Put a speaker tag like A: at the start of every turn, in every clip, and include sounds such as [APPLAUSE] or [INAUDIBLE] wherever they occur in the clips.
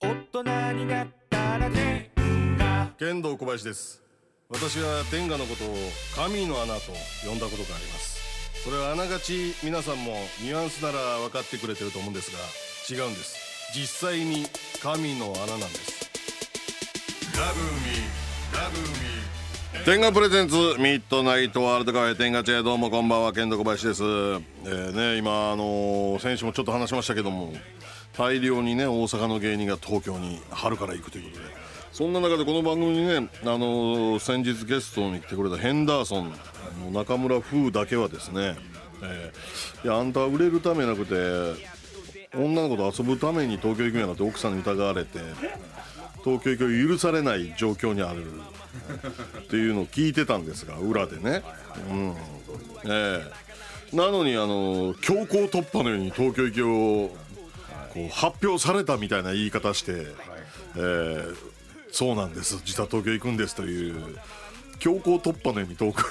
A: 人になったらね
B: 剣道小林です私は天下のことを神の穴と呼んだことがありますそれはあながち皆さんもニュアンスなら分かってくれてると思うんですが違うんです実際に神の穴なんです天下プレゼンツミッドナイトワールドカフェ天下チェどうもこんばんは剣道小林ですえー、ね今あのー、選手もちょっと話しましたけども大量にね大阪の芸人が東京に春から行くということでそんな中でこの番組にね、あのー先日ゲストに来てくれたヘンダーソンの中村風だけはですね、えーいやあんたは売れるためなくて女の子と遊ぶために東京行くんやなって奥さんに疑われて東京行きを許されない状況にあるっていうのを聞いてたんですが裏でね、うんえーなのにあのー強行突破のように東京行きをこう発表されたみたいな言い方して、えーそうなんです自他東京行くんですという強行突破の意味東京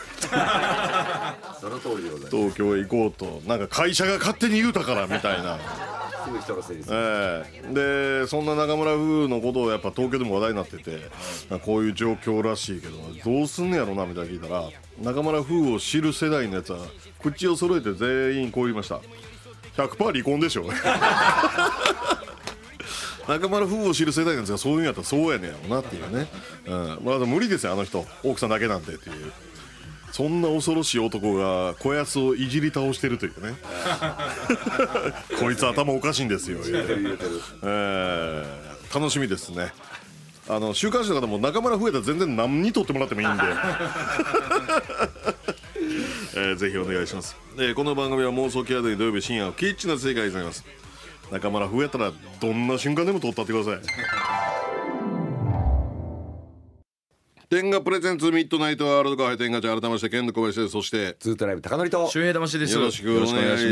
B: [LAUGHS]
C: その通りでございま
B: 東京へ行こうとなんか会社が勝手に言うたからみたいな、
C: す。すぐ人のせいです。
B: ええでそんな中村風のことをやっぱ東京でも話題になっててなんかこういう状況らしいけどどうすんねやろなみたいな聞いたら中村風を知る世代のやつは口を揃えて全員こう言いました100%離婚でしょ
C: [LAUGHS]
B: 中村風を知る世代なんですがそういうんやったらそうやねんやろなっていうね、うんまあ、無理ですよあの人奥さんだけなんてっていうそんな恐ろしい男が小安をいじり倒してるというね [LAUGHS] こいつ頭おかしいんですよ言うて
C: 揺れてる。
B: えー楽しみですねあの週刊誌の方も中村増えたら全然何に撮ってもらってもい [LAUGHS] いんで、えーぜひお願いします、えーこの番組は妄想キャラで土曜日深夜をキッチンな世界でございます中村増えたらどんな瞬間でも撮ったってください天下プレゼンツミッドナイトワールドカフェ天下ちゃん改めまして剣の小林ですそして
C: ツートライブ高則と。
D: 周平魂です
B: よろしくお願い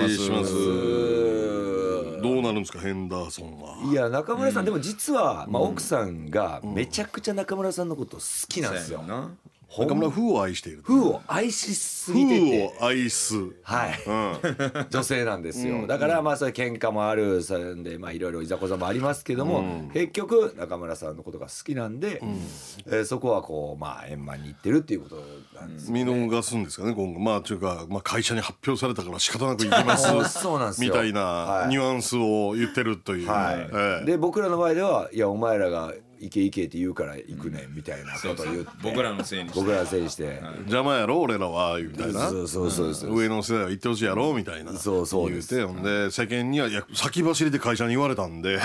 B: します
C: う
B: どうなるんですかヘンダーソンは
C: ーいや中村さん、でも実は、まあ、奥さんがめちゃくちゃ中村さんのこと好きなんですよ。
D: な
C: ほん
B: 中村風を愛している
C: 風を愛しすぎて
B: 風を
C: て。
B: 愛す
C: [LAUGHS]
B: うん
C: はい、女性なんですよ、だからまあそれ喧嘩もあるそれでまあいろいろいざこざもありますけども、結局中村さんのことが好きなんで、えーそこはこうまあ円満にいってるっていうことなんですよ、
B: 見逃すんですかね今後まあというか、まあ、会社に発表されたから仕方なく行きま
C: そう
B: す
C: そうなんです
B: み
C: よ
B: たい
C: は
B: ないニュアンスを言ってるという、
C: はい、
B: ええ
C: で僕らの前ではいやお前らが行け行けって言うから行くねみたいなことを言って
D: 僕らのせいにして
C: 僕らのせいにして、
B: 邪魔やろ俺らはみたいな
C: そうそうそうそう、
B: 上の世代は言ってほしいやろみたいな
C: そうそうです
B: 言ってほんで世間にはいや先走りで会社に言われたんで、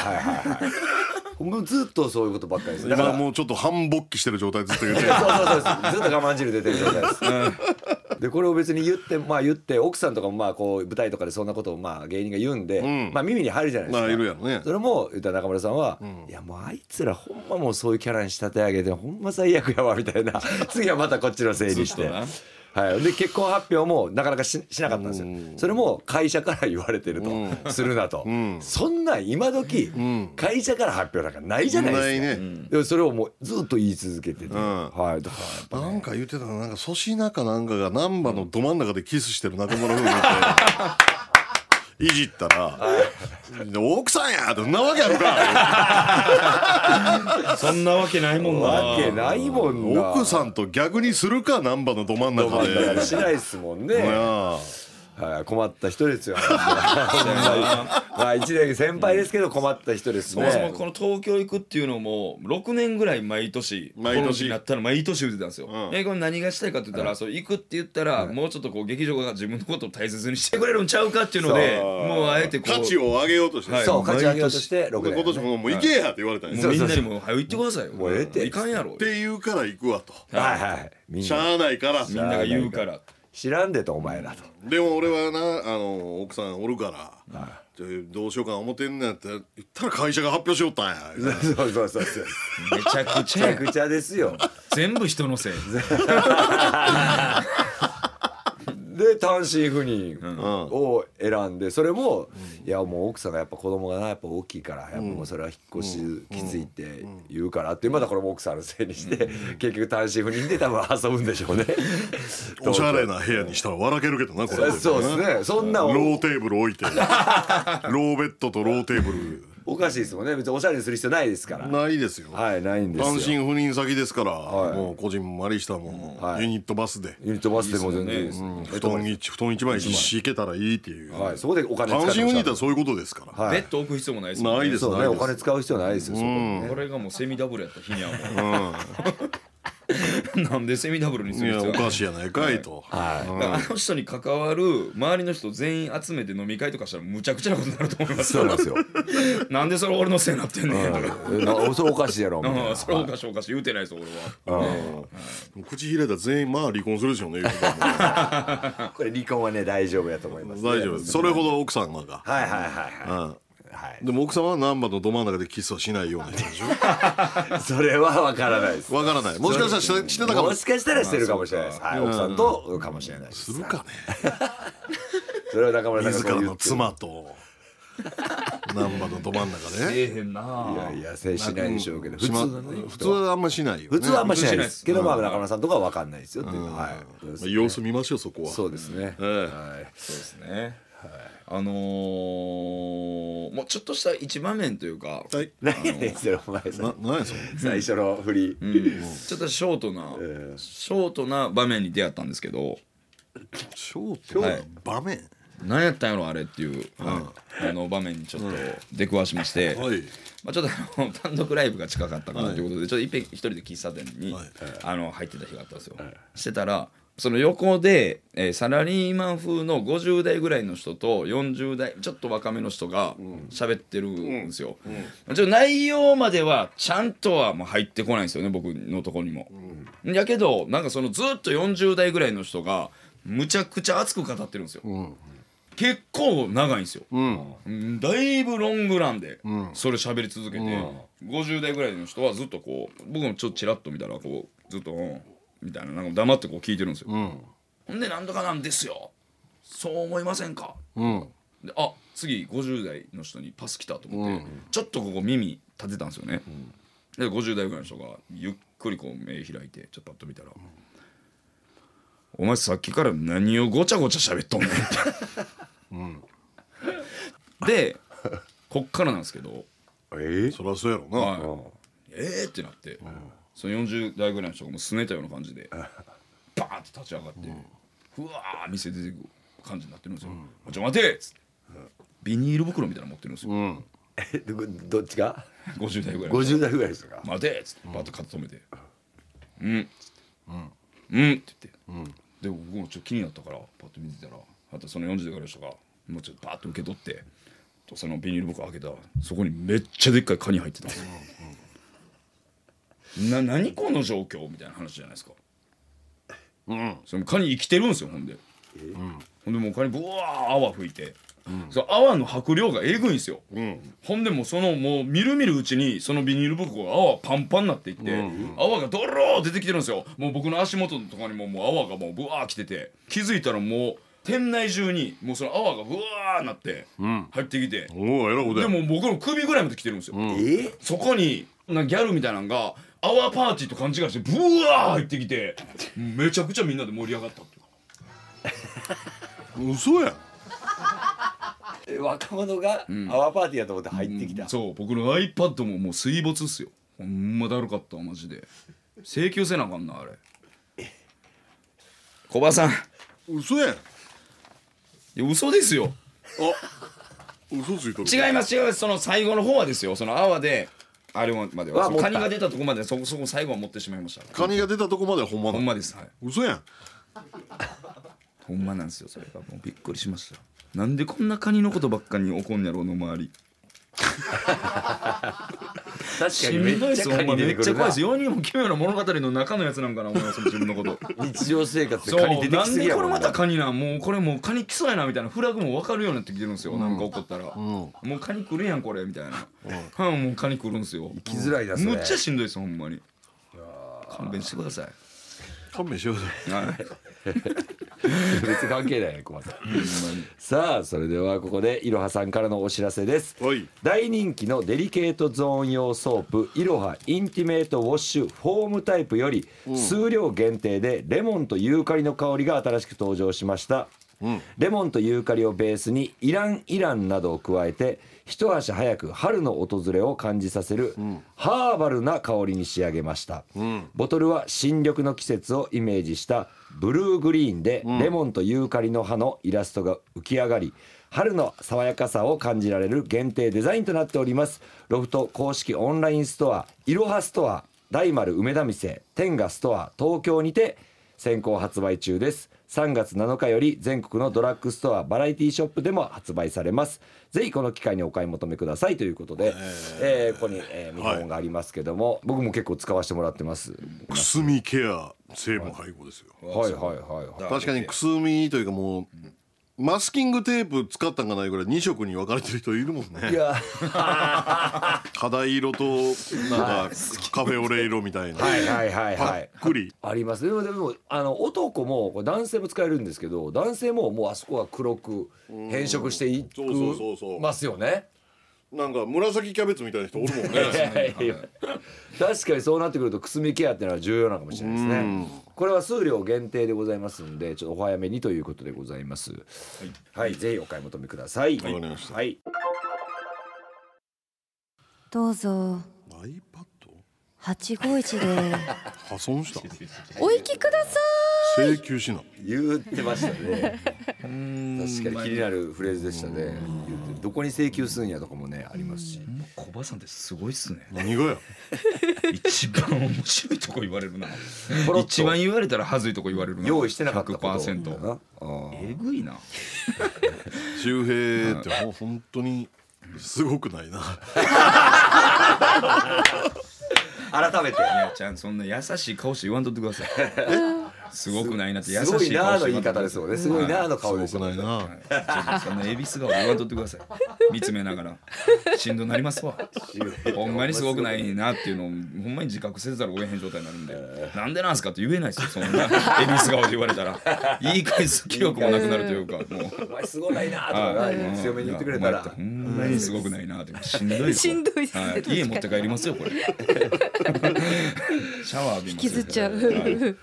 C: [LAUGHS] もうずっとそういうことばっかりですだから
B: 今もうちょっと半勃起してる状態ずっと言って
C: そうそうそうですずっと我慢汁出てる状態です、
B: [LAUGHS]
C: でこれを別に言ってまあ言って奥さんとかもまあこう舞台とかでそんなことをまあ芸人が言うんで、
B: ん
C: まあ耳に入るじゃないですか、
B: まあいるやろ
C: [LAUGHS]
B: ね
C: それも言ったら中村さんは、いやもうあいつらほんまもうそういうキャラに仕立て上げてほんま最悪やわみたいな [LAUGHS] 次はまたこっちのせいにして
D: ずっとな。
C: はい、で結婚発表もなかなかししなかったんですよ、それも会社から言われてると、するなと、そんなん今時、会社から発表なんかないじゃないですか
B: ないね、
C: でもそれをもうずっと言い続けてて、
B: ん
C: はいだから
B: なんか言ってたのなんか粗品かなんかが難波のど真ん中でキスしてる中村風見て [LAUGHS] いじったら「奥さんや!」ってそんなわけやろか
D: そんなわけないもんな
C: わけないもんな
B: 奥さんと逆にするか難波のど真ん中で。
C: んしないですもんね、
B: いや
C: はい、困った人ですよほんまにまあ一年先輩ですけど困った人です
D: そ
C: ね
D: もそもこの東京行くっていうのも6年ぐらい毎年
B: 毎年
D: この時期になったら毎年言ってたんですよ、
B: うん
D: えこれ何がしたいかって言ったら、そう行くって言ったら、もうちょっとこう劇場が自分のことを大切にしてくれるんちゃうかっていうので
B: そう
D: もうあえてこう
B: 価値を上げようとして、
D: はい
C: そう
D: もう
C: 勝ち上げようとして6
B: で
C: 年、
B: 今年ももう行けやって言われたんや
D: も
B: っ
D: うみんなにも「はい行ってくださいよ」
C: もうええて
D: いかんやろ」
B: て言うから行くわと
C: はいはいみん
B: し
C: な
B: ゃあないから
D: みんなが言うから
C: 知らんでとお前らと
B: でも俺はなあの奥さんおるから、じゃあどうしようか思ってんねやって言ったら会社が発表しよったんや
C: [LAUGHS] そうそうそうそう
D: めちゃくち
C: めち
D: ゃ
C: ゃ [LAUGHS]
D: や
C: くちゃですよ
D: 全部人のせい
C: で単身赴任を選んでそれもいやもう奥さんがやっぱ子供がなやっぱ大きいからやっぱもうそれは引っ越しきついって言うからってまだこれも奥さんのせいにして結局単身赴任で多分遊ぶんでしょうね
B: おしゃれな部屋にしたら笑けるけどなこれ
C: そうですねそんな
B: ロ
C: ん
B: ー
C: [LAUGHS]
B: テーブル置いてローベッドとローテーブル
C: おかしいですもんね別におしゃれにする必要ないですから
B: ないですよ
C: はいないんですよ
B: 単身赴任先ですから、
C: はい
B: もう個人も割り下も、
C: はい
B: ユニットバスで、
C: ユニットバスでも全然いいです、
B: うん布団一布団一枚一敷けたらいいっていう、
C: はい、そこでお金
B: 単
C: 使
B: 身赴任
C: ってまし
B: だったらそういうことですから、
C: たは
D: ベ
C: い
D: ッド置く必要もないですもんね
B: ないです
C: そうねお金使う必要ないですよそこにね
D: これがもうセミダブルやった日にはもう [LAUGHS] なんでセミダブルにす
B: い
D: る
B: や
D: 必
B: お
D: 要
B: かしいやないかいと、
C: はい
D: だからあの人に関わる周りの人全員集めて飲み会とかしたらむちゃくちゃなことになると思います
C: そうなんですよ、
D: なんでそれ俺のせいになってんねんとか
C: うんなそれおかしいやろみたい
D: うん
C: な
D: それおかしいおかしい言うてないです俺は
B: 口開いたら全員まあ離婚するでしょうね
C: これ離婚はね大丈夫やと思います、ね、
B: 大丈夫ですそれほど奥さんがが、
C: はいはいはいは
B: うんでも奥さんは難波のど真ん中でキスはしないような人でしょ
C: いそれは分からないです
B: わから [LAUGHS] ないもしかしたらしてしてたかも
C: もしかしたらしてるかもしれないです、はい、奥さんとかもしれないです
B: するかね
C: それは中村さんが
B: 自
C: そう
B: ら
C: 言っ
B: の
C: て
B: 妻と難波のど真ん中
D: え
B: で
D: えへんない
C: やいやせいしないでしょうけど普
B: し
C: 通
B: ま
C: はね
B: 普通はあんましないよね
C: 普通はあんましな
D: 普通し
C: い
D: ない
C: で
D: です
C: すけどまあ中村さんとかは分かんないですよっていうはいそう
B: ま
C: で
B: すあ
C: ね
B: 様子見ましょうそこは
C: そうですね
B: ええ
C: はい
D: そうですねあのーもうちょっとした一場面というか
B: はい
C: 何やそれお前さ
B: な何やそれ
C: 最初の振り
D: ちょっとショートな
C: ええ
D: ショートな場面に出会ったんですけど
B: ショート
D: はい
B: 場面
D: 何やったんやろあれっていうあの場面にちょっと出くわしまして
B: はい
D: まあ、ちょっとあの [LAUGHS] 単独ライブが近かったからということで、ちょっといっぺん一人で喫茶店に、
B: はい
D: あの入ってた日があったんですよ。してたらその横で、えーサラリーマン風の50代ぐらいの人と40代ちょっと若めの人が喋ってるんですよ。ちょっと内容まではちゃんとはもう入ってこないんですよね僕のとこにも。やけどなんかそのずっと40代ぐらいの人がむちゃくちゃ熱く語ってるんですよ。結構長いんですよ、うんだいぶロングランでそれ喋り続けて、50代ぐらいの人はずっとこう僕もちょっとチラッと見たらこうずっと「うん」みたいななんか黙ってこう聞いてるんですよ、ほんで「なんとかなんですよそう思いませんか
B: うん
D: で」あ次50代の人にパス来たと思って、ちょっとここ耳立てたんですよね、で50代ぐらいの人がゆっくりこう目開いてちょっとパッと見たら「お前さっきから何をごちゃごちゃ喋っとんねん」って [LAUGHS] でこっからなんですけど、
C: え
B: そりゃそうやろな
D: はい、えーってなって、その40代ぐらいの人がもうすねたような感じでバーンって立ち上がって、ふわー店出てく感じになってるんですよ「ちょ待て!」っつってビニール袋みたいなの持ってるんですよ、
C: えどどっちが
D: 50代ぐらいの人
C: 50代ぐらいですか
D: 待て!」っつってバッと肩止めて「うん」うん」って言って、で僕もちょっと気になったからパッと見てたらあとその40代ぐらいの人がもうちょっとバーッと受け取ってそのビニール袋開けたらそこにめっちゃでっかいカニ入ってたんですよ。な何この状況みたいな話じゃないですか。そのカニ生きてるんですよほんで。ほんでもうカニブワー泡吹いて、その泡の迫量がえぐいんですよ、ほんでもうそのもうみるみるうちにそのビニール袋が泡パンパンになっていって、泡がドロー出てきてるんですよもう僕の足元のとこにももう泡がもうブワー来てて気づいたらもう店内中にもうその泡がブワーなって入ってきて、
B: おお偉いこと
D: で
B: や
D: も僕の首ぐらいまで来てるんですよ、
C: え
D: そこになんかギャルみたいなのがアワーパーティーと勘違いしてブワー入ってきてめちゃくちゃみんなで盛り上がったっていう
B: 嘘やん
C: え若者がアワーパーティーやと思って入ってきた
D: そう僕の iPad ももう水没っすよほんまだるかったわマジで請求せなあかんなあれ小林さんい
B: 嘘やん
D: や嘘ですよ
B: 嘘ついとる
D: 違います違いますその最後の方はですよその泡であれまで
C: わ
D: はその
C: 持っ
D: カ
C: た
D: ニが出たとこまでそこそこ最後は持ってしまいました
B: カニが出たとこまではほんま
D: ほ
B: なん
D: まですはい
B: 嘘やん
D: ほんまなんですよそれがもうびっくりしましたよなんでこんなカニのことばっかに怒んやろうの周り
C: 確か
D: し
C: に
D: んど
C: め
D: い
C: っ
D: っ
C: ちゃ
D: すよほ
C: カ
D: んま
C: ニ出
D: め
C: て
D: っ
C: く
D: ちゃ
C: る
D: 怖い
C: な
D: です世にも奇妙な物語の中のやつなんかな思います自分の
C: [LAUGHS]
D: こと
C: 日常生活で
D: そう
C: カニ出てき
D: な
C: す
D: ん
C: ぎ
D: で
C: や
D: これ
C: も
D: ま
C: んな
D: たカニなんもうこれもうカニ来そうやなみたいなフラグも分かるようになってきてるんですよ、なんか怒ったら、もうカニ来るやんこれみたいな、はいもうカニ来るんですよ
C: 生きづらいなそれ
D: むっちゃしんどいですほんまに勘弁してください
B: 勘弁してください
D: はい
C: 別に関係ないね小松さんさあそれではここでいろはさんからのお知らせです
B: はい
C: 大人気のデリケートゾーン用ソープいろはインティメートウォッシュフォームタイプより数量限定でレモンとユーカリの香りが新しく登場しましたレモンとユーカリをベースにイランイランなどを加えて一足早く春の訪れを感じさせるハーバルな香りに仕上げました、ボトルは新緑の季節をイメージしたブルーグリーンでレモンとユーカリの葉のイラストが浮き上がり春の爽やかさを感じられる限定デザインとなっておりますロフト公式オンラインストアいろはストア大丸梅田店天下ストア東京にて先行発売中です3月7日より全国のドラッグストアバラエティショップでも発売されますぜひこの機会にお買い求めくださいということで、えーここに、えー見本がありますけども、僕も結構使わせてもらってます
B: くすみケア成分配合ですよ
C: はいはいはいはい
B: 確かにくすみというかもうマスキングテープ使ったんがないぐらい2色に分かれてる人いるもん
C: い
B: ね
C: や
B: 肌色となんかカフェオレ色みたいな
C: はいはいはい
B: パ
C: はい
B: ックリ
C: ありますでもでもあの男もこれ男性も使えるんですけど男性ももうあそこは黒く変色してい
B: そうそうそうそう
C: くますよね。
B: なんか紫キャベツみたいな人おるもん
C: い
B: ね
C: [LAUGHS] やい
D: [LAUGHS]
C: やいや確かにそうなってくるとくすみケアっていうのは重要なのかもしれないですねこれは数量限定でございますのでちょっとお早めにということでございますはい、ぜひお買い求めください
B: わかりました
C: はい、
E: どうぞ
B: iPad
E: 851で
B: 破損した
E: お行きくださ
B: 請求しな
C: 言ってましたね確か
D: 確
C: に気になるフレーズでしたね言ってどこに請求するんやとかもねありますし
D: 小林さんってすごいっすね
B: 何がや
D: 一番面白いとこ言われるな
C: [LAUGHS] ポロッと
D: 一番言われたら恥ずいとこ言われるな
C: 用意してなかったこと
D: 100%
C: あ
D: えぐいな
B: 周平ってもう本当にすごくないな
C: ー改めて
D: いやちゃんそんな優しい顔して言わんとってくださいすごくないなって優しい
C: す
D: 顔
C: ご
D: して
C: い
D: 言
C: な
D: わ
C: あ
D: んと
C: の
D: って
C: 言い
D: くださ
C: 方ですもんね。すごいなあの顔です
B: す
C: よ
B: ごくな
C: ね。
B: いな
D: ちょっとそんなエビス顔で言わんとってください見つめながらしんどなりますわほんまにすごくないなっていうのをほんまに自覚せざるを得へん状態になるんでなんでなんすかって言えないですよそんなエビス顔で言われたら言い返す記憶もなくなるというかもう
C: お前すごないなとか
D: ああ
C: な強めに言ってくれたら
D: いやお前ってほんまにすごくないなってしんどいですわ
E: しんどいっすね
D: は家持って帰りますよこ
E: [LAUGHS]
D: れシャワー浴びます
E: い引きずっちゃう
D: はい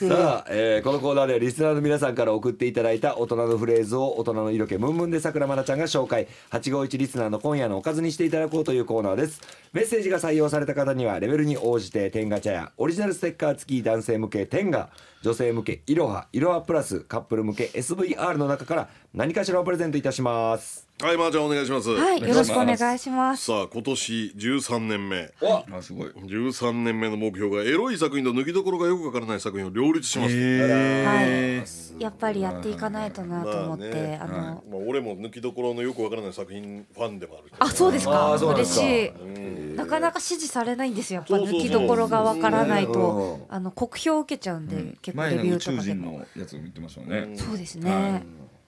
C: さあ、えーこのコーナーではリスナーの皆さんから送っていただいた大人のフレーズを大人の色気ムンムンで桜まなちゃんが紹介851リスナーの今夜のおかずにしていただこうというコーナーですメッセージが採用された方にはレベルに応じて天ガ茶屋オリジナルステッカー付き男性向け天ガ女性向けいろはいろはプラスカップル向け SVR の中から何かしらをプレゼントいたします
B: はいまーちゃんお願いします
E: いはいよろしくお願いします
B: さあ今年13年目
C: お
D: あすごい
B: 13年目の目標がエロい作品と抜きどころがよくわからない作品を両立します、
E: はいやっぱりやっていかないとなと思って、
B: まあね
E: あの、
B: まあ、俺も抜きどころのよくわからない作品ファンでもあるけど
E: あそうです
C: あ
E: か
C: ーそうなんで
E: 嬉
C: すか
E: しいなかなか支持されないんですよやっぱ
B: そうそうそう
E: 抜きどころがわからない
C: うん
E: とあの酷評を受けちゃうんで、結構
D: 前
E: レ
D: の
E: ビュ
D: 宇
E: ーと
D: 宙
E: かで
D: 人
E: も
D: のやつを見てましたよね。
E: そうですね、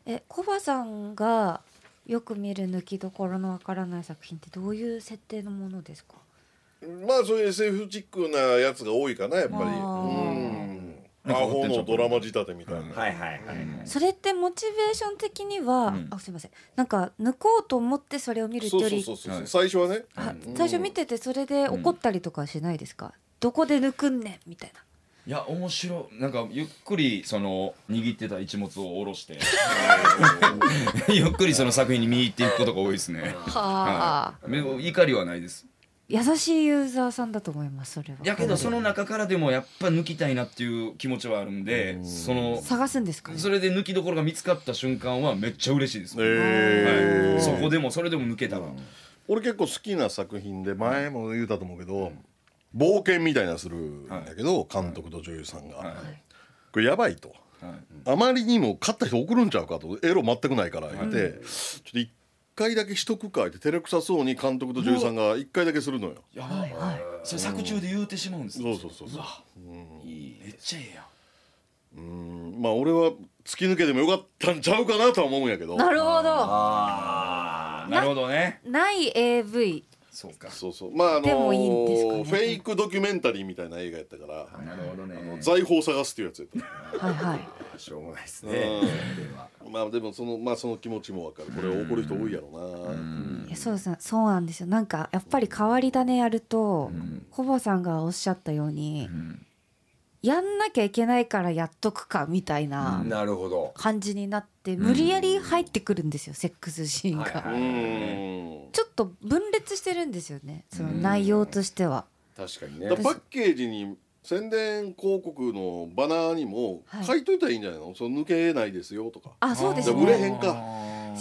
E: えコバさんがよく見る抜きどころのわからない作品ってどういう設定のものですか
B: まあそういう SF チックなやつが多いかなやっぱり
E: あ
B: う
E: ー
B: んアホのドラマ仕立てみたいな、
C: はいはいはい
E: それってモチベーション的には、
D: うん
E: あすいませんなんか抜こうと思ってそれを見るって
B: そう
E: よ
B: そう
E: り
B: そうそう、
D: はい
B: 最初はね
E: あ最初見ててそれで怒ったりとかはしないですか、どこで抜くんねんみたいない
D: や面白いなんかゆっくりその握ってた一物を下ろ
E: [LAUGHS]
D: してゆっくりその作品に見入っていくことが多いですね。
E: はあ、
D: い、め怒りはないです。
E: 優しいユーザーさんだと思いますそれは
D: やけどその中からでもやっぱ抜きたいなっていう気持ちはあるんでその
E: 探すんですかね
D: それで抜きどころが見つかった瞬間はめっちゃ嬉しいです。
B: えー
D: はい、そこでもそれでも抜けたら、
B: 俺結構好きな作品で前も言うたと思うけど、冒険みたいなするんだけど、監督と女優さんが、
D: はい
B: これやばいと、
D: はい
B: あまりにも勝った人怒るんちゃうかとエロ全くないから言って、ちょっと一回だけしとくかって照れくさそうに監督と女優さんが一回だけするのよ
D: やばい、それ作中で言うてしまうんです
B: そうそうそうそう
D: めっちゃええやん
B: うんまあ俺は突き抜けてもよかったんちゃうかなとは思うんやけど
E: なるほど
C: あ
D: なるほどね
E: ない AV
D: そうか
B: そうそうまああの
E: でもいいんですかね
B: フェイクドキュメンタリーみたいな映画やったから、
D: なるほどね
B: 財宝を探すっていうやつやった
E: はいはい
C: あしょうがないですね
E: [LAUGHS]
B: まあでもそのまあその気持ちもわかる。これ怒る人多いやろうな。
E: いやそうですねそうなんですよなんかやっぱり変わり種やると、コバさんがおっしゃったように、やんなきゃいけないからやっとくかみたいな
C: なるほど
E: 感じになって無理やり入ってくるんですよセックスシーン
C: はいは
E: が
C: い。
B: うん
E: ちょっと分裂してるんですよねその内容としては。
C: 確かに
B: だ
C: ね
B: からパッケージに宣伝広告のバナーにも
E: はい
B: 書いといたらいいんじゃないの、その抜けないですよとか
E: あそうで
B: じ
E: す
B: ゃあ
E: ね
B: 売れへんか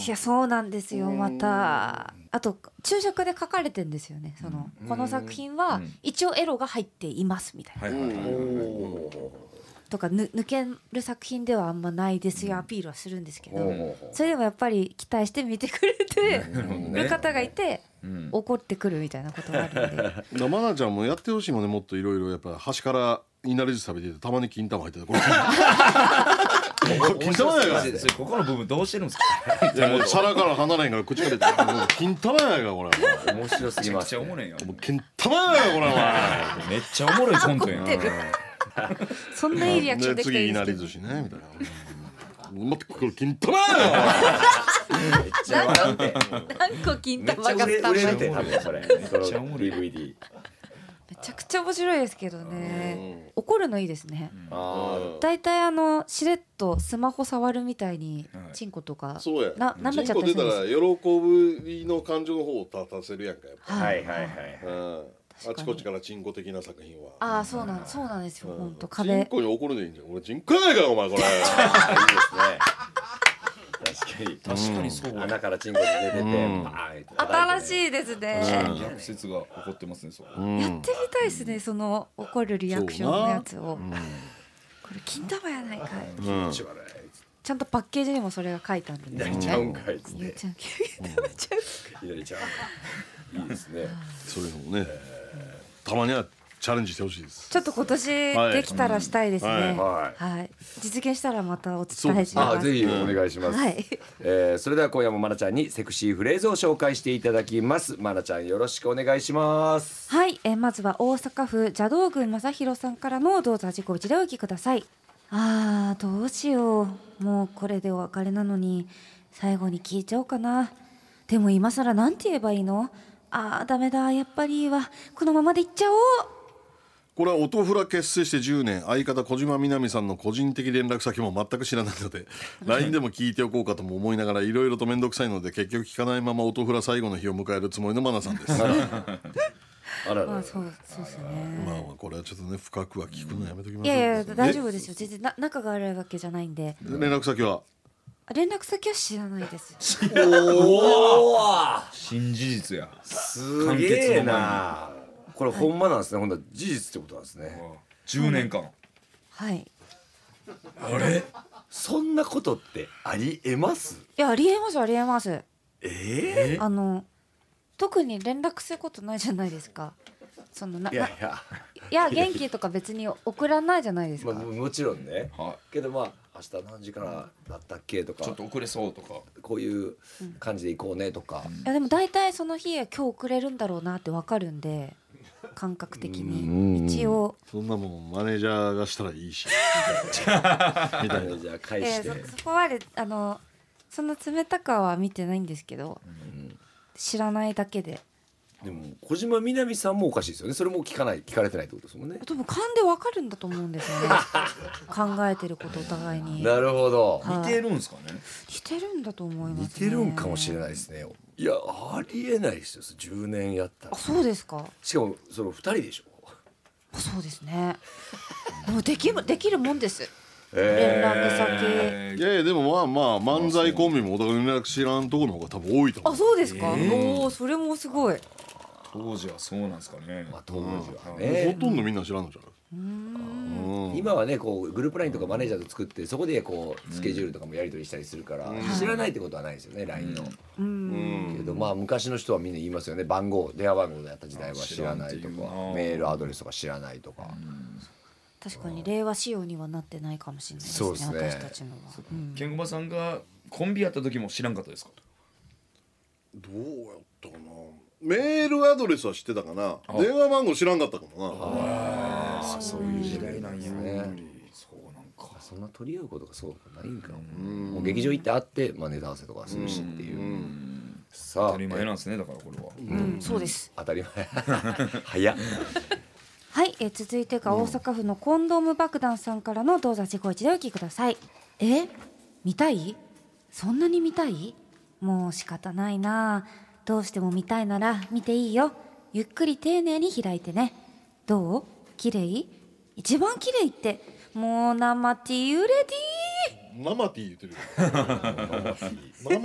E: いやそうなんですよ
B: うん
E: またあと注釈で書かれてんですよねそのこの作品
D: う
E: は
D: ん
E: 一応エロが入っていますみたいな
D: はいはいはいはい
E: とかぬ抜ける作品ではあんまないですよアピールはするんですけ
C: ほうほ
E: ど
C: うほう
E: それでもやっぱり期待して見てくれて
D: ね
E: [LAUGHS] る方がいて
D: うん
E: 怒ってくるみたいなことがあるんで
B: だからマナちゃんもやってほしいもんねもっといろいろやっぱ端からいなりずつ食べててたまに金玉入ってたこれこれ金玉やが
D: それそれここの部分どうしてるんですか
B: いやもう皿から離れへんから口から出てもう金玉やがこれお
C: 面白すぎ
D: め
C: ま
D: っ
C: す
D: ちゃおも
C: ね
D: ろいよ
B: 前もう金玉やがこれお前
D: めっちゃおもろいコントやん
E: 怒ってるそん [LAUGHS] ないいリアクションできたら
B: 次
E: いい
B: い
E: ん
B: な
E: で
B: り
E: す
B: 寿司ねみたいな待ってこれ金玉や
E: けどなんで何個金
C: めっ
E: 玉
C: ちゃ
E: が
C: 売れ
E: た
C: 売
E: ま
C: れ
E: る
C: るて多分それその
D: ちゃおもろい
C: DVD
E: めちゃくちゃ面白いですけどね怒るのいいですね
C: あー
E: 大体あのしれっとスマホ触るみたいに
D: はい
E: チンコとか、
B: そうや
E: な舐めちゃったり
B: チン
E: す
B: コ出た
E: るんです
B: ら喜びの感情の方を立たせるやんかやっぱ、
C: はいはいはい
B: うん、あ
E: 確かに
B: ちこちからチンコ的な作品は
E: ああそうなんそうなんですよ
B: うん
E: 本当
B: チン
E: 壁
B: コに怒るでいいんじゃん俺チンコやないかお前
E: [LAUGHS]
B: これ
C: いいですね確か
D: 確かにそう
C: に
D: や
C: 穴からチンコに出ててバ
B: ん
C: ーンと叩いて
E: 新しいですね、や
D: 逆説が起こってますねそこ
B: うん
E: ってみたいですねその怒るリアクションのやつを、
B: うん
E: これ金玉やないかい
B: うん
C: 気持ち悪い
E: ちゃんとパッケージにもそれが書いてあるんで
C: やり
E: すね
C: ちゃうんかいっつっ
E: ゆう
C: て
E: ちゃん金玉ちゃう
C: やりちゃうんかいいいですね
B: それもねたまにはチャレンジしてほしいです
E: ちょっと今年
B: はい
E: できたらしたいですね、
B: うん
C: はい
E: はい実現したらまたお伝えし
C: あ
E: ま
C: ー
E: す
C: ぜひお願いします、
E: はい
C: えーそれでは今夜もまなちゃんにセクシーフレーズを紹介していただきますまなちゃんよろしくお願いします
E: はい、えーまずは大阪府邪道郡正弘さんからのどうぞ味ご自でお聞きくださいあーどうしようもうこれでお別れなのに最後に聞いちゃおうかなでも今更なんて言えばいいのあーダメだやっぱりいいわこのままでいっちゃおう
B: これは音フラ結成して10年相方小島みなみさんの個人的連絡先も全く知らないの
E: [LAUGHS]
B: で LINE でも聞いておこうかとも思いながらいろいろと面倒くさいので結局聞かないまま音フラ最後の日を迎えるつもりのマナさん
E: [LAUGHS]
B: ですまあ
C: あらら
E: まあそうそうですね
B: まあこれはちょっとね深くは聞くのやめときま
E: い
B: しょう
E: やいや大丈
B: 夫
E: 夫ですよ全然な仲が悪いわけじゃないんで
B: 連絡先は
E: 連絡先は知らないです
C: おー
D: 新事実や
C: すげえなこれほんまなんですねほんなら事実ってことなんですね
D: 10年間
E: はい
D: あれ
C: そんなことってありえます
E: いやありえますありえます
C: ええ
E: あの特に連絡することないじゃないですか。そのないな
C: や
E: い
C: いや、
E: や元気とか別に送らないじゃないです
C: ま
E: か。
C: あ、ももちろんね
D: は
C: けどまあ明日何時からだったっけと
D: いちょ
C: か
D: っと遅れそうとか
C: こういう感じで行こうねとか、
E: いやでも大体その日は今日送れるんだろうなってわかるんで感覚的に一応。
B: そんなもんマネージャーがしたらいいしみたいな
C: じゃあ返
E: え
C: し
E: え
C: て、
E: そそこまであのそんな冷たかは見てないんですけど、知らないだけで。
C: でも小島みなみさんもおかしいですよねそれも聞かない聞かれてないってことですもんね
E: 多分勘でわかるんだと思うんですよ
C: [LAUGHS]
E: ね。考えてることお互いに
C: なるほど
E: はい
D: 似てるんですかね
E: 似てるんだと思います、ね。
C: 似てるんかもしれないですねいやありえないですよ10年やったら
E: あそうですか。
C: しかもその2人でしょ
E: あそうですね。でもできるできるもんです。連
C: え
E: 絡先。
B: いやいやでもまあまあ漫才コンビもお互い連絡知らんとこの方が多分多いと思
E: あ
B: う
E: そうですか。おおそれもすごい。
D: 当時はそうなんですかね
C: まあ当時は
B: ほ
C: ね、
B: とんどみんな知らんのじゃないうん
C: 今はねこうグループラインとかマネージャーと作ってそこでこうスケジュールとかもやり取りしたりするから、知らないってことはないですよね LINE の、
E: うん。
C: けどまあ昔の人はみんな言いますよね番号電話番号だった時代は知らないと
D: 知らんって
C: か
D: いうな
C: メールアドレスとか知らないとか、
E: 確かに令和仕様にはなってないかもしれないです
C: そう
E: ね。
C: ですね
E: 私たちのは。うん
D: ケンコバさんがコンビやった時も知らんかったですか
B: どうやったかなメールアドレスは知ってたかな電話番号知らんかったかもな
D: ああそういう時代なんや
C: ね
D: そうなんか
C: あそんな取り合うことがそうないんかも,、もう劇場行って会って、まあ、ネタ合わせとかするしっていう、さあ
D: 当たり前なんですねだからこれは
C: [LAUGHS]
E: うんそうです。
C: 当たり前早っ
E: はい、えー続いてが大阪府のコンドーム爆弾さんからのどうぞ自己一でお聞きくださいえ見たいそんなに見たいもう仕方ないなどうしても見たいなら見ていいよゆっくり丁寧に開いてねどう綺麗一番綺麗ってもう生ティーレデ
F: 生ティー言ってる。生ティーだね
E: ィ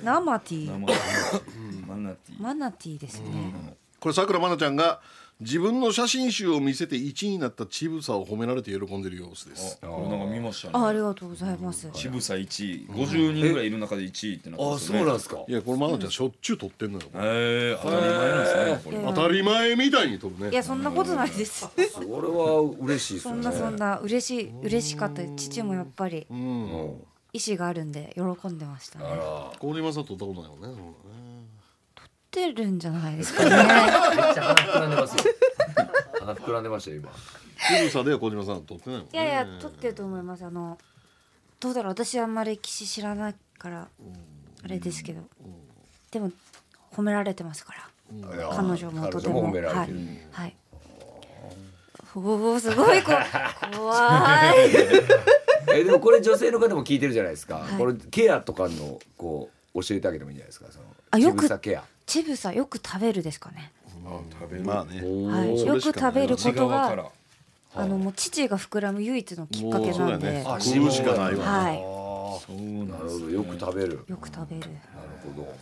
E: ー。生ティー
D: 生マナティ
E: マナティーですね、
B: これさくらまなちゃんが自分の写真集を見せて1位になったちぶさを褒められて喜んでる様子です
D: あこれなんか見ました
E: ああ
D: ね
E: りがとうございます
D: ちぶさ1位50人ぐらいいる中で1位ってなって
C: あ
D: ます
C: そ
D: よね
C: うなんですか
B: いやこれまなちゃんしょっちゅう撮ってんのよこれ
D: えー、当たり前なんですねこれ
E: えー
B: 当たり前みたいに撮るね
E: いやそんなことないです
C: それは嬉しいです
E: そ
C: よ
E: ん
C: ね
E: なそんな嬉しい嬉しかったです父もやっぱり
B: うん
E: 意志があるんで喜んでましたね
B: これ今さ撮ったことないよねそうだね
E: 出るんじゃないですかね
C: めっちゃ鼻膨らんでますよ鼻膨らんでましたよ今
B: ちぶさでは小島さん撮ってないもんね
E: いやいや撮ってると思いますあのどうだろう私あんまり騎士知らないからあれですけどでも褒められてますから彼女もとて
C: 彼女
E: も
C: も褒められ
E: はい
C: てる、
E: はい、おおすごいこ怖い
C: えでもこれ女性の方も聞いてるじゃないですか、
E: はい
C: これケアとかのこう教えてあげてもいいんじゃないですかその
E: あよく
C: 乳房ケア
E: ちぶさよく食べるですかね
B: まあね
E: はい、
B: そ
E: よ
B: れ
E: く
B: しか
E: 食
B: ない
E: べるこ
D: 内
E: と
D: 側か
E: が
D: ら
E: あのもう父が膨らむ唯一のきっかけ
B: もう
E: なん
B: そうだ
E: で
B: よね食うしかないわ
E: はい
D: そうなん
C: な
D: で
C: るほ
D: す
C: どよく食べる
E: よく食べる。
C: なるほど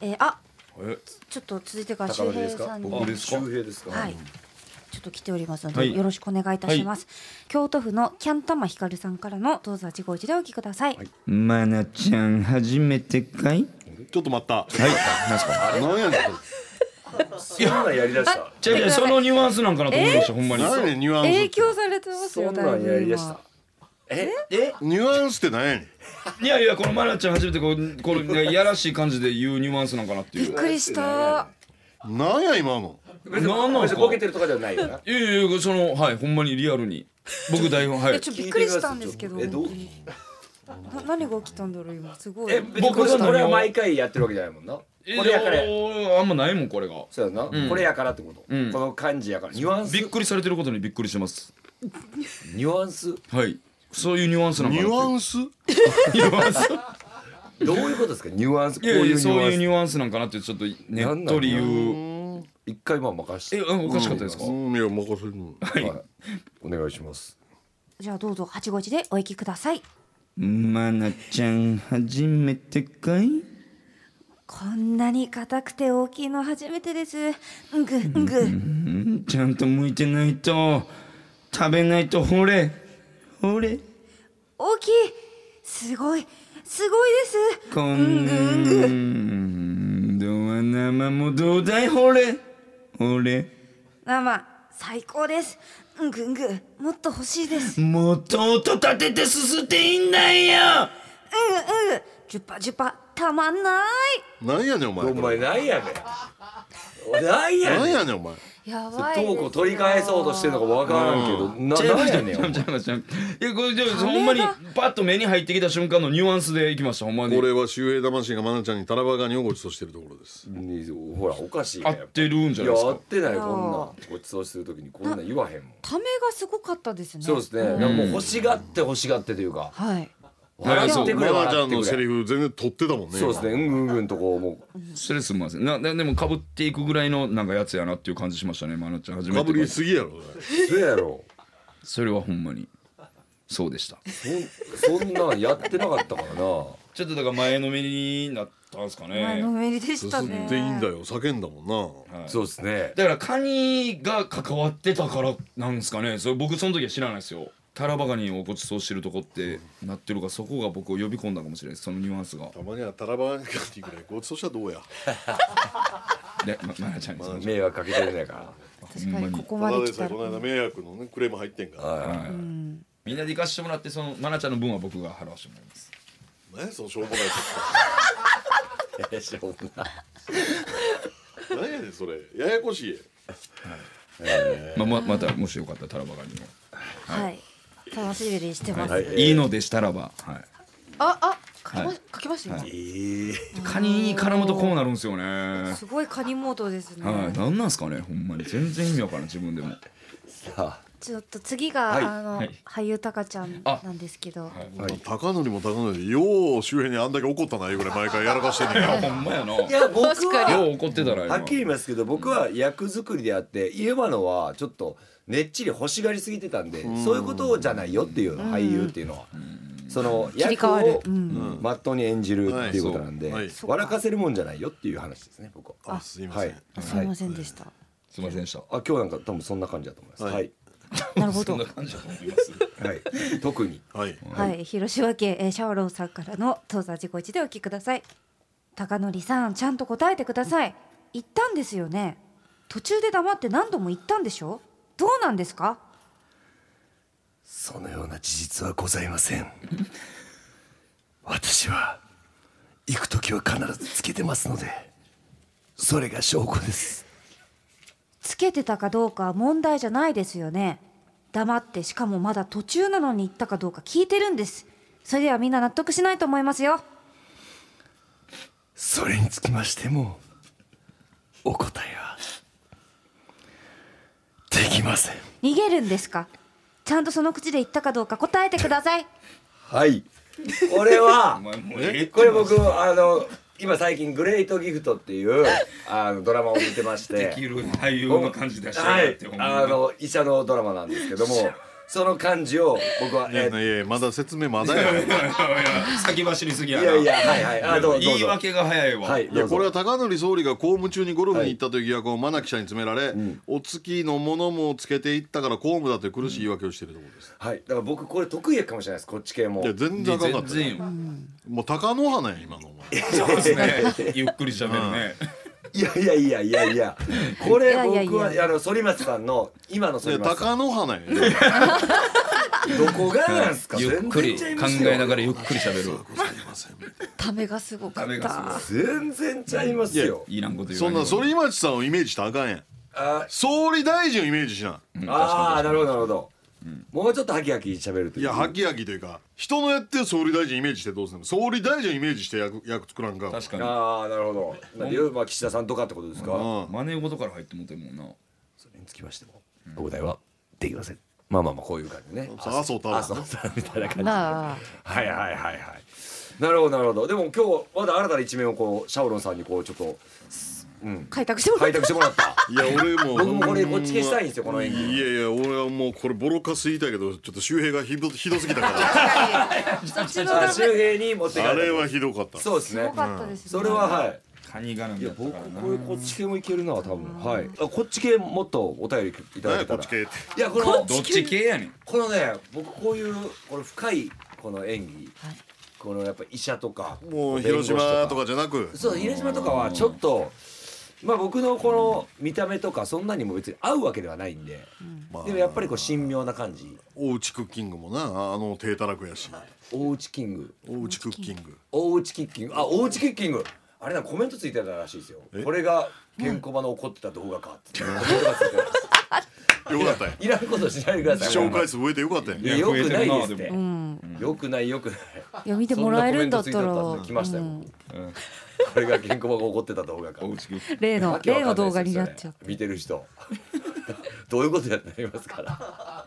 E: えー、あ、
D: え
E: ちょっと続いてか
C: 高
E: ら周
C: 森で
E: 平
C: す
E: さ
C: か
E: んに。
C: 僕ですか
D: あ
C: 周平ですか
E: はい。ちょっと来ておりますので、
D: はい
E: よろしくお願いいたします。京都府のキャンタマヒカルさんからのどうぞ自己一でお聞きください。
D: マナちゃん初めてかい
B: ちょっと待った
D: はい何すか
B: 何やねん
C: そんなんやりだした
D: 違う違うそのニュアンスなんかなと思いましたほんまに
B: 何やねんニュアンス
E: 影響されてます
C: そ
E: よ。
C: んなんやりだした
E: だ
C: え
D: え
B: ニュアンスって何やねん
D: いやいやこのマナちゃん初めてこうこれやらしい感じで言うニュアンスなんかなって
E: い
D: いう
E: ぶびっくりした。
B: なんや今の
C: 別に
D: なんなんですか
C: ボケてるとかじゃないよない
D: やいやそのはいほんまにリアルに僕台
E: [LAUGHS]
D: 本はいい
E: やちょっとびっくりしたんですけど。
C: えどう
E: 本当にな何が起きたんだろう今すごい。
C: え僕
D: 僕
C: は
D: は
C: これは毎回やってるわけじゃないもんなこ
D: え
C: れやから
D: あんまないもんこれが
C: そうやな、
D: ん
C: これやからってこと、
D: うん
C: この感じやからニュアンス
D: びっくりされてることにびっくりしてます
C: ニュアンス
D: はいそういうニュアンスなん
B: ニ
D: かな
B: ュア
D: って
B: ンス
D: いうニュアンス
C: どういうことですかニュアンスこ
D: いうやい
C: いうニ
D: やそう
C: ュアン
D: いう
C: ス
D: ニュアンスなんかなってちょっとねっとり言う
C: 一回まあ任して
D: えおかしかったですか
B: うんいや任せる
D: はい
C: はいお願いします
E: じゃあどうぞ八五一でお聞きください。
D: マナちゃん初めてかい
E: こんなに硬くて大きいの初めてです。うんぐうんぐ。
D: うんちゃんと向いてないと食べないとほれほれ
E: 大きいすごいすごいです
D: こ
E: うんぐうんぐ
D: んどは生もどうだいほれほれ
E: 生最高ですうんぐんぐもっと欲しいですうん
D: もうとうと立ててすすっていいんだよ
E: ぐうんぐジュパジュパたまんな
B: 何やねんお前
C: お
B: こ
C: 前
B: れ
C: なんやねんなんや
B: 何
C: ねん
B: やねんお前
E: いやばいです
C: ト
E: よ
C: ークを取り返そうとしてるのかわからんけど、な
D: ちゃい
C: な
D: ま
C: ん
D: し
C: や
D: た
C: ね
D: ね
C: んお
D: ちゃ
C: 前
D: いましたちゃいましたいやこれじゃあほんまにパッと目に入ってきた瞬間のニュアンスでいきましたほんまに
B: これは周平魂がまなちゃんにタラバガニをごちそうしてるところです
C: にほらおかしいね
D: 合ってるんじゃ
C: い
D: ない
C: や
D: です
C: 合
D: か
C: ってないこんなんごちそうしてる時にこんなん言わへんもん
E: ためがすごかったですね
C: そうですね、なんかもう欲しがって欲しがってというか
E: はい
C: 笑
D: そ
C: っ
D: う
C: てく
B: ま
C: れ
B: なち
C: 笑
B: ゃ
C: っ
B: ん
C: て
B: の
C: く
B: セ
C: れ
B: リフ全然撮ってたもんね
C: そうですねうんうんうんとこうも
D: 失礼すみませんなででもかぶっていくぐらいのなんかやつやなっていう感じしましたねマナちゃん初
B: か
D: め
B: ぶ
D: て
B: りすぎやろ
C: うそうやろ
D: それはほんまにそうでした
C: そんそんなんやってなかったからな
D: ちょっとだから前のめりになったんですか
E: 前
D: ね
E: のめりでし
B: 進
E: たね
B: んでいいんだよ叫んだもんな
C: そうですね
D: だからカニが関わってたからなんですかねそれ僕その時は知らないですよタラバガニをごちそうしてるとこってなってるからそこが僕を呼び込んだかもしれないですそのニュアンスが
B: たまにはタラバガニかっていうぐらいごちそうしたらどうや
D: でままなちゃんです
C: 迷惑かけてるねやか
E: 確かにここ
B: た
E: ま
B: だ
E: で
B: で
E: 来
B: さえ
E: たら
B: この間迷惑のねクレーム入ってんから
C: らはい
D: みんなで行かしてもらってそのまなちゃんの分は僕が払わせてもらいます
B: 何やそのしょうもないこと
C: えしょうもない
B: 何やねんそれややこしい
D: まあままたもしよかったらタラバガニを
E: はい楽しみにしてます、
D: いいのでしたらばはい
E: ああか,、
D: はい
E: かきましたよ、
D: はい
C: ええ
D: カニに絡むとこうなるんですよね
E: すごいカニモードですね、
D: はい、なんなんすかねほんまに全然意味わからん自分でも
C: さあ
E: ちょっと次が、
C: はい
E: あの、
D: はい
E: 俳優たかちゃんなんですけど、
C: はい
B: 高則も高則でよう周辺にあんだけ怒ったないうぐらい毎回やらかしてんねんから
D: ほんまやなよ
C: いや僕
E: 確かに
C: は
D: う怒ってたら
C: はっきり言いますけど僕は役作りであって家馬のはちょっとねっちり欲しがりすぎてたんでそういうことじゃないよっていう俳優っていうのはその
E: 切り
C: 役
E: 替わる
C: を
E: うん
C: まっとうに演じるっていうことなんで
B: はい
E: そう
C: 笑かせるもんじゃないよっていう話ですね僕は
B: あすいません、
C: はい
E: すいませんでした、
D: すいませんでした
C: あ今日なんか多分そんな感じだと思います
B: はい
C: はい
E: なるほど
D: そんな感じだと思います
C: はい特に
B: はい
E: はい、広島県、えー、シャオロンさんからの当座自己一でお聞きください高則さんちゃんと答えてください言ったんですよね途中で黙って何度も言ったんでしょどうなんですか
C: そのような事実はございません私は行く時は必ずつけてますのでそれが証拠です
E: つけてたかどうかは問題じゃないですよね黙ってしかもまだ途中なのに言ったかどうか聞いてるんですそれではみんな納得しないと思いますよ
C: それにつきましてもお答えはできません
E: 逃げるんですかちゃんとその口で言ったかどうか答えてください
C: はいこれは
D: もうえ
C: これ僕あの今最近「グレートギフト」っていうあのドラマを見てまし
D: で
C: て
D: きる俳優の感じ出して
C: は
D: やがっ
C: い
D: て、ほんま
C: あ
D: に
C: の医者のドラマなんですけどもその感じを僕は、
B: いや
C: え
B: いやいやまだ説明まだや
D: いやいやいや先走りすぎや
C: い
D: な
C: やいやはいはいあどうどう
D: 言い
C: ぞ
D: 訳が早いわ、
C: はい
B: い
C: ど
B: や
C: うぞ
B: これは高則総理が公務中にゴルフに行ったという疑惑を真名記者に詰められ、お付きのものもつけていったから公務だという苦しい言い訳をしているところです、
C: はいだから僕これ得意やかもしれないですこっち系も
B: いや全然あかんかっ
D: 全
B: たよ
D: 然よ
B: もう高野花や今のお前
D: そうですねゆっくり喋るね、
C: いやいやいやいやいやこれ
E: いやいやいや
C: 僕はあの反町さんの今の
B: いや
C: 反町さ
B: 高
C: ん
B: 野花や
C: どこがなんですか
D: ゆっくり
C: 全然ちゃい
D: 考
C: ますよ
D: えながらゆっくり喋る
E: ためがすごか
D: ため
E: っ
D: がすごい
E: た
C: 全然ちゃいますよ
D: いらんこと言
B: そ
D: わ
B: ん
D: ない
B: な反町さんをイメージしたらあかんやん
C: あ
B: 総理大臣をイメージしな
D: うん確か
C: あーなるほどなるほどもうちょっとハキハキ喋ると
B: い
C: い
B: や
C: う
B: はきはきというか人のやってる総理大臣イメージしてどうするの総理大臣イメージして役役作らんか
D: に確かに
C: ああなるほどなんでまあ岸田さんとかってことですか
B: うん
D: 真似事から入ってもうてるもんな
C: それにつきましてもお答えはできませんまあまあまあこういう感じね
B: 麻生太郎
C: 麻生さんみたいな感じ
E: まあ
C: はいはいはいはいなるほどなるほどでも今日まだ新たな一面をこうシャオロンさんにこうちょっと
E: 開拓してもら
C: 開
E: った
C: 拓してもら
B: [LAUGHS]
C: った
B: いや俺も
C: [LAUGHS] 僕もこれこっち消したいんですよこの演技
B: いやいや俺はもうこれボロカス言いたいけどちょっと周平がひどひどすぎ
C: [LAUGHS]
B: たか
E: そっちの
C: あ
E: ダ
C: 周
E: メ
C: 平に持って
B: ら
C: か
B: あ
C: れた
B: れはひどかった
C: そうです
E: す
C: ね
E: ごかったですね
C: それははい
D: カニがなん
C: い
D: だ
C: や
D: った
C: 僕
D: か
C: こ
D: らな
C: れこっち系もいけるな多分はいあこっち系もっとお便りいただけ
B: ねこ
C: た
B: っ
C: ら
B: ち系って
C: いやこの
D: どっち系やねん
C: このね僕こういうこれ深いこの演技このやっぱ医者とか
B: もう広島とかじゃなく
C: そう広島とかはちょっとまあ僕のこの見た目とかそんなにも別に合うわけではないんで
B: まあ
C: でもやっぱりこう神妙な感じ
B: おうちクッキングもなあの低たらくやし
C: おうちキング
B: おうちクッキング
C: おうちキッキングあおうちキッキングあれなんかコメントついてたらしいですよこれがケンコバの怒ってた動画かってコメントがついてたらしいです
B: よかったよ
C: いらんことしないでください
B: 紹介数増えてよかったよ
C: いやよくないですっ
D: いや増えて
C: て
D: る
E: う。ん
C: よくないよくない。
E: いや見てもらえるんだった
C: そ
E: ら
C: なコメントついてたんですよ来ましたよ。これが健康が怒ってた動画か。
D: おうち
E: 例の
C: わけわ
E: 例
C: か
E: の
C: んない
E: 動
C: ですよ
E: 画になっちゃっ
C: それ見てる人。 [LAUGHS] どういうことやってなります [LAUGHS] から。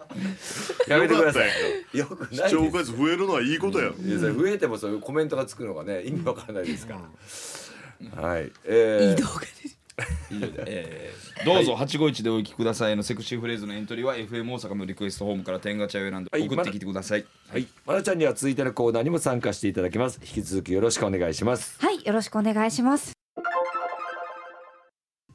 C: やめてください。よくないです。
B: 紹介数増えるのはいいことやろ
C: いやそれ増えてもそういうコメントがつくのがね意味わからないですから。はい。えー
D: えーどうぞ八五一でお聞きくださいのセクシーフレーズのエントリーは FM 大阪のリクエストホームから天ガチャを選んで
C: はい
D: 送ってきてください。
C: はい。まなちゃんには続いてのコーナーにも参加していただきます。引き続きよろしくお願いします。
E: たはいよろしくお願いします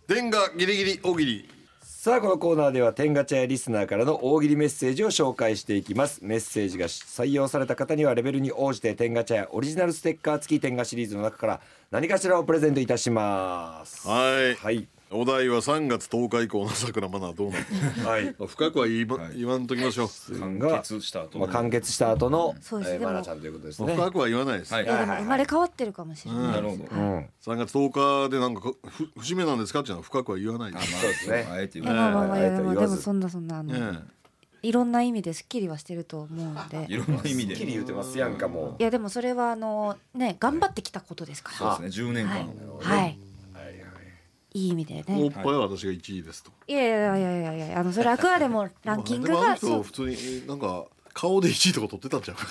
B: 天下ギリギリおぎり
C: さあこのコーナーでは天ガチャやリスナーからの大喜利メッセージを紹介していきますメッセージが採用された方にはレベルに応じて天ガチャやオリジナルステッカー付き天ガシリーズの中から何かしらをプレゼントいたします
B: はい
C: はい
B: お題は3月10日以降の桜マナーどう [LAUGHS] なる
D: [LAUGHS]
C: はい
B: 深くは言いま言わんときましょう
D: 完結した後
C: まあ
D: の。
C: 完結した後の
E: そうです
C: えー
E: でも
C: まなちゃんということですね
B: 深くは言わないです、
D: はい
E: いやでも生まれ変わってるかもしれない
D: なるほど。
C: うん
B: 3月10日でなんかこふ節目なんですかっていうのは深くは言わないです
C: そうですね
D: あえて
E: い
D: 言
E: や
D: う。
E: まあまあまあ
C: えーあ
E: で
C: えて言わず
E: もでもそんなそんなあの
B: ね
E: いろんな意味ですっきりはしてると思うんで
D: いろんな意味
C: っき
D: で
C: り言ってますやんかも
E: いやでもそれはあのね頑張ってきたことですから
D: そうですね10年
E: は
D: 間
E: い、はい、いい意味で
B: おっ
E: ね
B: ぱいは私が1位ですと。
E: いやいやいやいやいやいやあのそれあくまでもランキング
B: でもあの
E: が
B: 人
E: そう
B: 普通になんか顔で1位とか取ってたんちゃうか。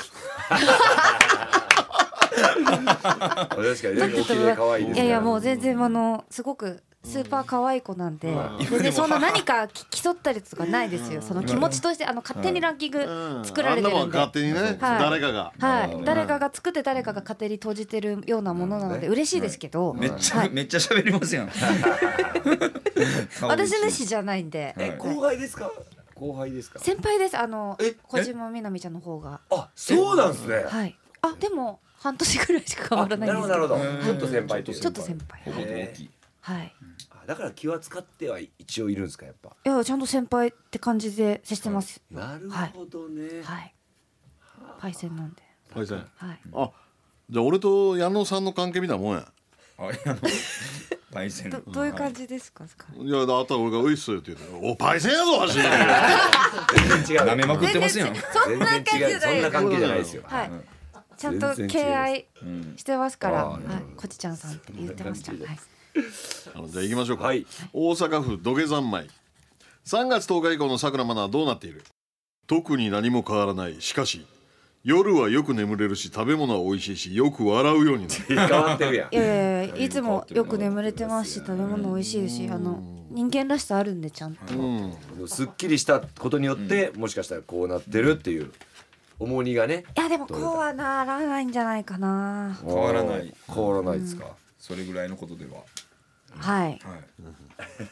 C: う確かにねおきれい可愛いですか
E: いや
C: ら
E: いやもう全然あのすごくスーパー可愛い子なんで全然そんな何かき競ったりとかないですよその気持ちとしてあの勝手にランキング作られて
B: あんな
E: る
B: も
E: ん
B: ん
E: で
B: 勝手にね、
E: はい
B: 誰かが。
E: はい誰かが作って誰かが勝手に閉じてるようなものなので嬉しいですけど
D: めっち
E: は
D: ゃ
E: い
D: めっちゃ喋ります
E: [LAUGHS]
D: やん
E: 私の師じゃないんで
D: はい
C: え後輩ですか後輩ですか
E: 先輩ですあの
C: え
E: 小島みなみちゃんの方が
C: あそうなんですね
E: はいあでも半年ぐらいしか変わらないんですけ
C: なるほ
E: ど
C: どなるほどちょっと先輩いう
E: ちょっと先輩
D: ほぼ同期
E: はい
C: あだから気は使っては一応いるんですかやっぱ
E: いやちゃんと先輩って感じで接してます
C: なるほどね、
E: はいパイセンなんで
B: パイセン
E: はい
B: あじゃあ俺と矢野さんの関係みたいなもんや。
D: あいやあのパイセン
E: ど [LAUGHS] どういう感
D: じ
E: じですかそこ
B: いやだあとは俺が「ウイっすよ」って言うて「おパイセンやぞわし!」
C: 全然違
D: 舐
C: う
D: めまくってますやん
E: 全然そんな感じ
C: 全然違うそん
E: じゃ
C: な
E: ない
C: 関係じゃないですよ
E: はいちゃ
C: 全
E: んと
C: 然違う
E: 敬愛してますからは
C: あー
E: いこちちゃんさんって言ってましたはい
B: あのじゃあ行きましょうか、
C: はい
B: 大阪府土下三昧3月10日以降のさくらマナーどうなっている特に何も変わらないしかし夜はよく眠れるし食べ物は美味しいしよく笑うようになる
C: 変わってるやん
E: いやいやいやいつもよく眠れてますし食べ物美味しいですしあの人間らしさあるんでちゃんと
C: すっきりしたことによって、もしかしたらこうなってるっていう重荷がね
E: いやでもこうはならないんじゃないかな
C: 変
D: わらない
C: 変わらないですか、
D: それぐらいのことでは
E: はい
D: はい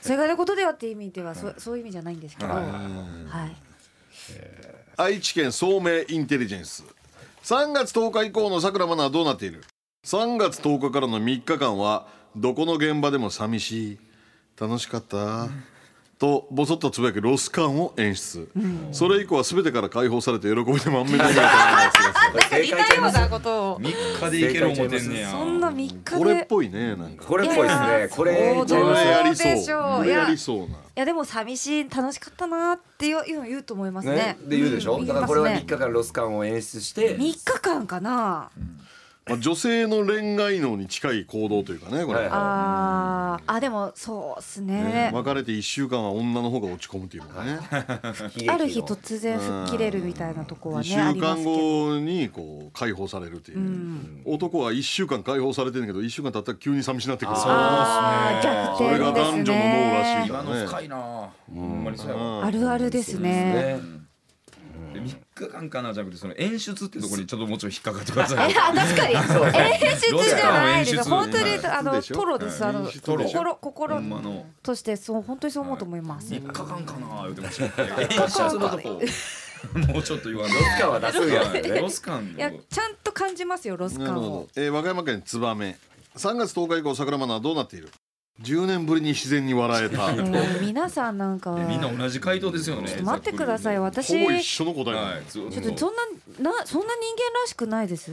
E: それぐらいのことではっていう意味ではそそういう意味じゃないんですけどはい
B: 愛知県聡明インテリジェンス3月10日以降のさくらマナーどうなっている3月10日からの3日間はどこの現場でも寂しい楽しかったとボソッとつぶやくロス感を演出、それ以降は全てから解放されて喜びで満面の笑みを
E: なんか似たようなことを
D: 3日でいける思てんねや
E: そんな3日で
B: これっぽいねなんか
C: これっぽいです
E: いやい
C: ね
E: や
C: これ
E: そう
B: これやり
E: でしょ
B: そう
E: う
B: これやりそうない
E: やでも寂しい楽しかったなっていういうの言うと思いますね
C: ねで言うでしょ、
E: ん
C: だからこれは
E: 言
C: 3
E: い
C: 日
E: ますね
C: 間ロス感を演出して
E: 三日間かな、
B: まあ、女性の恋愛能に近い行動というかねこれ、
C: はい
E: あーあでもそうっすね
B: ね別れて1週間は女の方が落ち込むっていうのがね
C: 悲劇の
E: ある日突然吹っ切れるみたいなとこは
B: 1
E: ねあ
B: 週
E: りま
B: 間
E: すけ
B: 後にこう解放されるっていう、
E: ん
B: 男は1週間解放されてるけど1週間経ったら急に寂しになってくる
E: どあー逆
B: それが
E: 転で
B: 男
E: す
B: 女の脳らしいか
E: ね
D: 今
B: ら
D: の
B: ね
D: 深いなあほんまにそうやわ
E: あるあるですね
C: ね
D: で3日間かなじゃなくてその演出ってところにちょっともうちょい引っかかってくださ
E: え
D: い
E: あ確かに演出じゃないです
D: どうですか
E: 本当にあ
B: 演出
E: の
B: でしょ
E: トロですあの
B: 演出
D: でしょ
E: 心
D: ほ
E: 心
D: んまの
E: としてそう本当にそう思うと思います、
D: 3日間かな言うてま
E: [LAUGHS]
D: したよ演出のとこもうちょっと言わんと
C: ロス感は出すんや
D: はいロス感
E: いや
D: の
E: ちゃんと感じますよロス
B: なる
E: 感
B: ほ
E: を
B: ど、えー和歌山県燕3月10日以降桜マナーどうなっている10年ぶりに自然に笑えた [LAUGHS]
E: えー皆さんなんか
D: えみんな同じ回答ですよね
E: ちょっと待ってください私
B: ほぼ一
E: ち
B: 緒の答えだ、
D: はいずっと
E: ょっとそんななそんな人間らしくないです